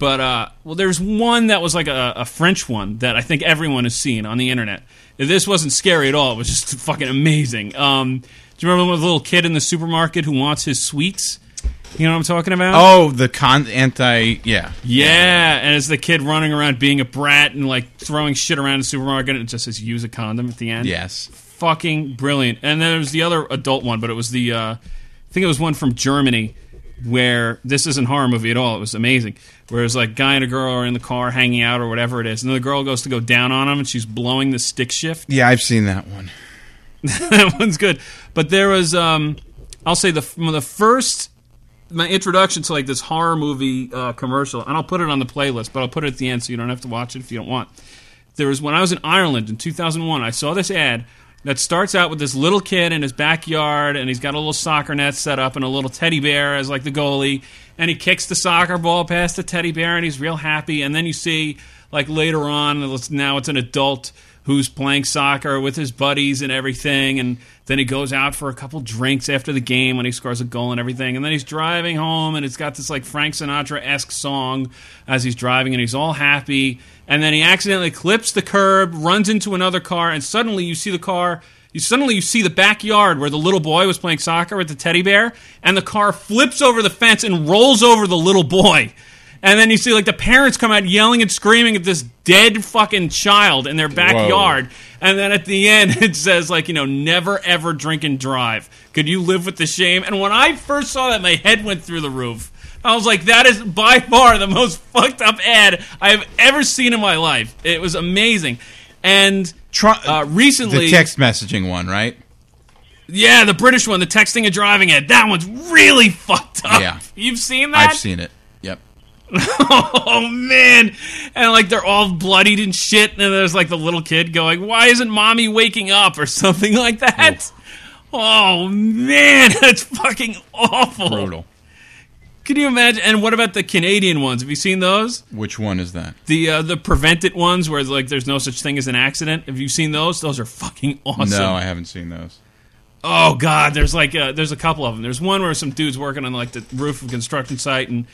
But uh, well, there's one that was like a, a French one that I think everyone has seen on the internet. This wasn't scary at all. It was just fucking amazing. Um, do you remember the one with the little kid in the supermarket who wants his sweets? You know what I'm talking about?
Oh, the con anti yeah.
yeah. And it's the kid running around being a brat and like throwing shit around in the supermarket. And it just says use a condom at the end.
Yes.
Fucking brilliant. And then there was the other adult one, but it was the uh, I think it was one from Germany where this isn't a horror movie at all. It was amazing. Whereas like guy and a girl are in the car hanging out or whatever it is, and then the girl goes to go down on him, and she's blowing the stick shift.
Yeah, I've seen that one.
that one's good. But there was, um, I'll say the one of the first my introduction to like this horror movie uh, commercial, and I'll put it on the playlist, but I'll put it at the end so you don't have to watch it if you don't want. There was when I was in Ireland in 2001, I saw this ad that starts out with this little kid in his backyard, and he's got a little soccer net set up and a little teddy bear as like the goalie, and he kicks the soccer ball past the teddy bear, and he's real happy. And then you see like later on, it's- now it's an adult who's playing soccer with his buddies and everything. And then he goes out for a couple drinks after the game when he scores a goal and everything. And then he's driving home and it's got this like Frank Sinatra esque song as he's driving and he's all happy. And then he accidentally clips the curb, runs into another car, and suddenly you see the car. You suddenly you see the backyard where the little boy was playing soccer with the teddy bear, and the car flips over the fence and rolls over the little boy. And then you see like the parents come out yelling and screaming at this dead fucking child in their backyard. And then at the end it says like, you know, never ever drink and drive. Could you live with the shame? And when I first saw that my head went through the roof. I was like, that is by far the most fucked up ad I've ever seen in my life. It was amazing. And
Tru-
uh, recently
the text messaging one, right?
yeah, the British one, the texting and driving ad. That one's really fucked up.
Yeah.
You've seen that?
I've seen it. Yep.
oh man and like they're all bloodied and shit and there's like the little kid going why isn't mommy waking up or something like that oh man that's fucking awful
Brutal.
can you imagine and what about the canadian ones have you seen those
Which one is that?
the uh, the prevent it ones where like there's no such thing as an accident have you seen those those are fucking awesome
No, I haven't seen those.
Oh God, there's like uh there's a couple of them. There's one where some dude's working on like the roof of a construction site, and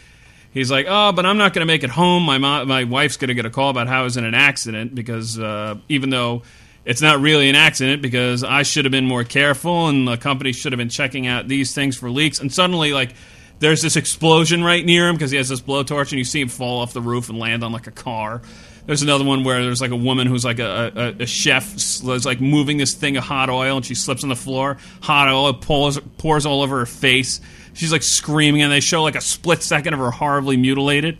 he's like, "Oh, but I'm not going to make it home. My mom, my wife's going to get a call about how I was in an accident because uh, even though it's not really an accident because I should have been more careful, and the company should have been checking out these things for leaks." And suddenly, like. There's this explosion right near him because he has this blowtorch, and you see him fall off the roof and land on like a car. There's another one where there's like a woman who's like a, a, a chef is like moving this thing of hot oil and she slips on the floor. Hot oil pours, pours all over her face. She's like screaming and they show like a split second of her horribly mutilated.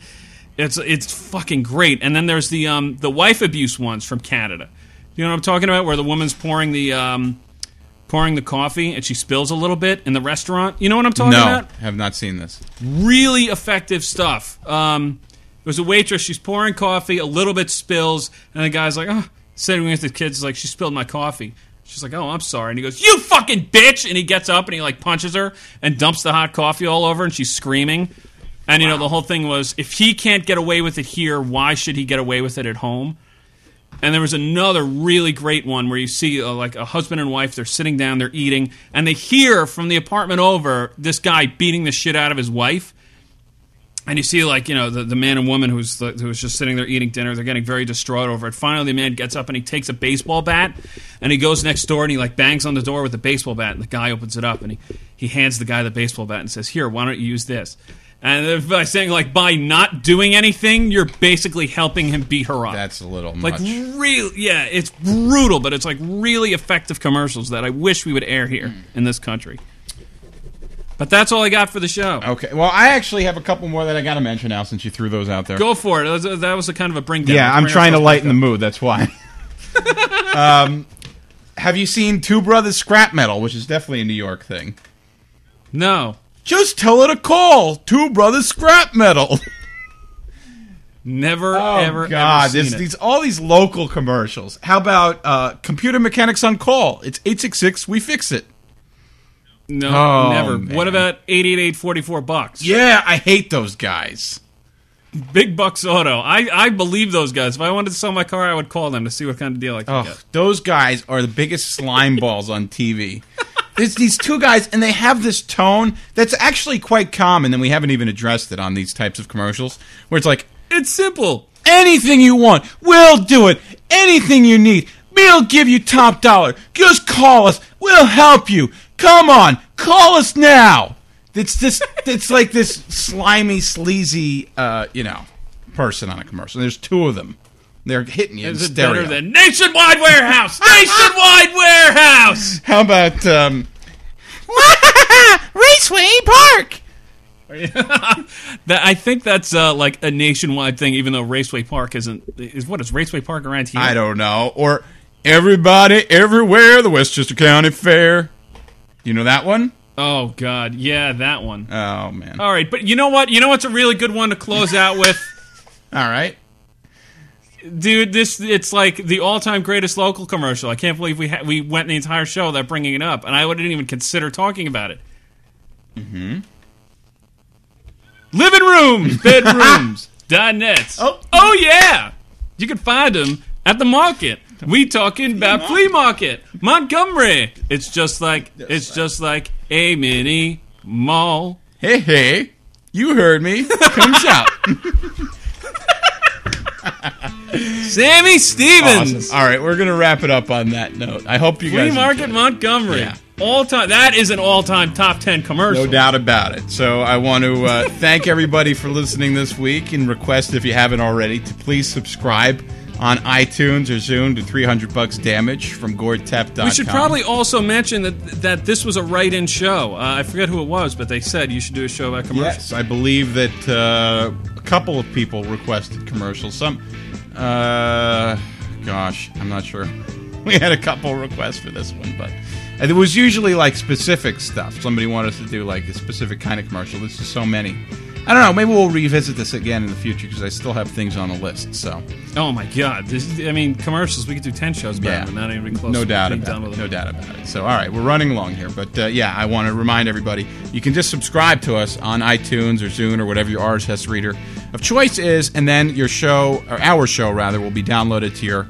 It's it's fucking great. And then there's the um the wife abuse ones from Canada. You know what I'm talking about? Where the woman's pouring the um pouring the coffee and she spills a little bit in the restaurant. You know what I'm talking
No,
about?
have Oh, not seen this.
really effective stuff. Um, there's a waitress. She's pouring coffee. A little bit spills, and the guy's like, "Oh," sitting with the kids, like, "She spilled my coffee." She's like, "Oh, I'm sorry." And he goes, "You fucking bitch!" And he gets up and he like punches her and dumps the hot coffee all over, and she's screaming. And you know the whole thing was, if he can't get away with it here, why should he get away with it at home? And there was another really great one where you see uh, like a husband and wife. They're sitting down, they're eating, and they hear from the apartment over this guy beating the shit out of his wife. And you see like you know the, the man and woman who's who's just sitting there eating dinner. They're getting very distraught over it. Finally, the man gets up and he takes a baseball bat and he goes next door and he like bangs on the door with a baseball bat. And the guy opens it up and he he hands the guy the baseball bat and says, "Here, why don't you use this?" And they're- by saying like by not doing anything, you're basically helping him beat her up
That's a little
like
much.
real yeah it's brutal but it's like really effective commercials that i wish we would air here
Hmm.
in this country but that's all i got for the show
Okay. Well, I actually have a couple more that I got to mention now since you threw those out there.
go for it that was, a, that was a kind of a bring down
yeah, I'm
Bring
trying to
ourselves
lighten the
back
mood. That's why. um, have you seen Two Brothers Scrap Metal, which is definitely a New York thing?
up. no
Just tell it a call. Two Brothers Scrap Metal.
never
Oh
ever
God!
ever seen
there's
it.
these all these local commercials. How about uh, computer mechanics on call? It's eight six six. We fix it.
no
Oh,
never
man.
what about 888 44 bucks
Yeah, I hate those guys.
big bucks auto i i believe those guys if i wanted to sell my car i would call them to see what kind of deal i could
Ugh,
get
those guys are the biggest slime balls on TV. There's these two guys, and they have this tone that's actually quite common, and we haven't even addressed it on these types of commercials, where it's like,
it's simple
anything you want, we'll do it, anything you need, we'll give you top dollar. Just call us, we'll help you. Come on, call us now. It's this. It's like this slimy, sleazy, uh, you know, person on a commercial. There's two of them. They're hitting you. in
is it
stereo.
better than nationwide warehouse nationwide warehouse
How about um, Raceway Park?
That I think that's uh, like a nationwide thing, even though Raceway Park isn't. Is what is Raceway Park around here?
I don't know. Or everybody, everywhere, the Westchester County Fair. You know that one?
Oh God, yeah, that one.
Oh man.
All right, but you know what? You know what's a really good one to close out with,
All right.
dude. This it's like the all-time greatest local commercial. I can't believe we ha- we went the entire show without bringing it up, and I wouldn't even consider talking about it. Mm-hmm. Living rooms, bedrooms, dinettes.
Oh.
oh yeah, you can find them at the market. We talking about flea market, Montgomery. It's just like it's just like a mini mall.
Hey, hey. You heard me. Come shout.
Sammy Stevens.
Awesome. All right, we're gonna wrap it up on that note. I hope you
Flea
guys
Market
enjoyed it.
Montgomery.
Yeah.
All time. That is an all time top 10 commercial.
No doubt about it. So I want to uh, thank everybody for listening this week and request, if you haven't already, to please subscribe on iTunes or Zoom to 300 bucks damage from GordTep.com.
We should probably also mention that that this was a write in show. Uh, I forget who it was, but they said you should do a show about commercials.
Yes, I believe that uh, a couple of people requested commercials. Some, uh, gosh, I'm not sure. We had a couple requests for this one, but and it was usually like specific stuff. Somebody wanted us to do like a specific kind of commercial. There's just so many. I don't know. Maybe we'll revisit this again in the future because I still have things on the list. So
Oh my God. This, is- I mean, commercials, we could do 10 shows about
yeah,
them, and not even close
no
to
doubt
being
about
done
it.
with
No
them.
doubt about it. So all right, we're running long here, but uh, yeah, I want to remind everybody you can just subscribe to us on iTunes or Zune or whatever your RSS reader of choice is, and then your show or our show rather will be downloaded to your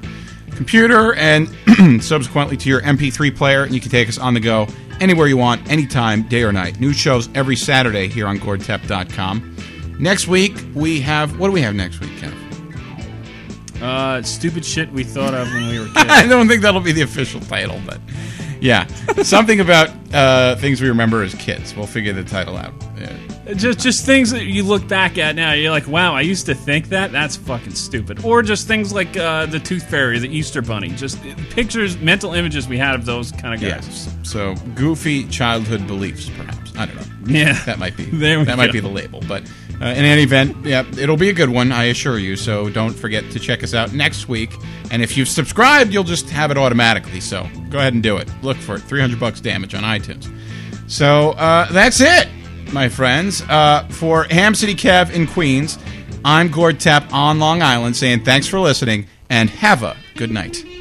computer and subsequently to your MP3 player, and you can take us on the go anywhere you want, anytime, day or night. New shows every Saturday here on GordTep.com. Next week we have what do we have next week, Kevin?
Uh, stupid shit we thought of when we were
I
kids.
don't think that'll be the official title, but yeah, something about uh, things we remember as kids. We'll figure the title out. Yeah.
just, just things that you look back at now, you're like, wow, I used to think that. That's fucking stupid. Or just things like uh, the Tooth Fairy, the Easter Bunny. Just uh, pictures, mental images we had of those kind of guys.
Yes. So goofy childhood beliefs, perhaps. I don't know.
Yeah.
That might be
There we
that might
go.
be the label, but uh, in any event, yeah, it'll be a good one, I assure you. So don't forget to check us out next week. And if you've subscribed, you'll just have it automatically. So go ahead and do it. Look for it. Three hundred bucks damage on iTunes. So uh, that's it, my friends. Uh, for Ham City Kev in Queens, I'm Gord Tap on Long Island, saying thanks for listening and have a good night.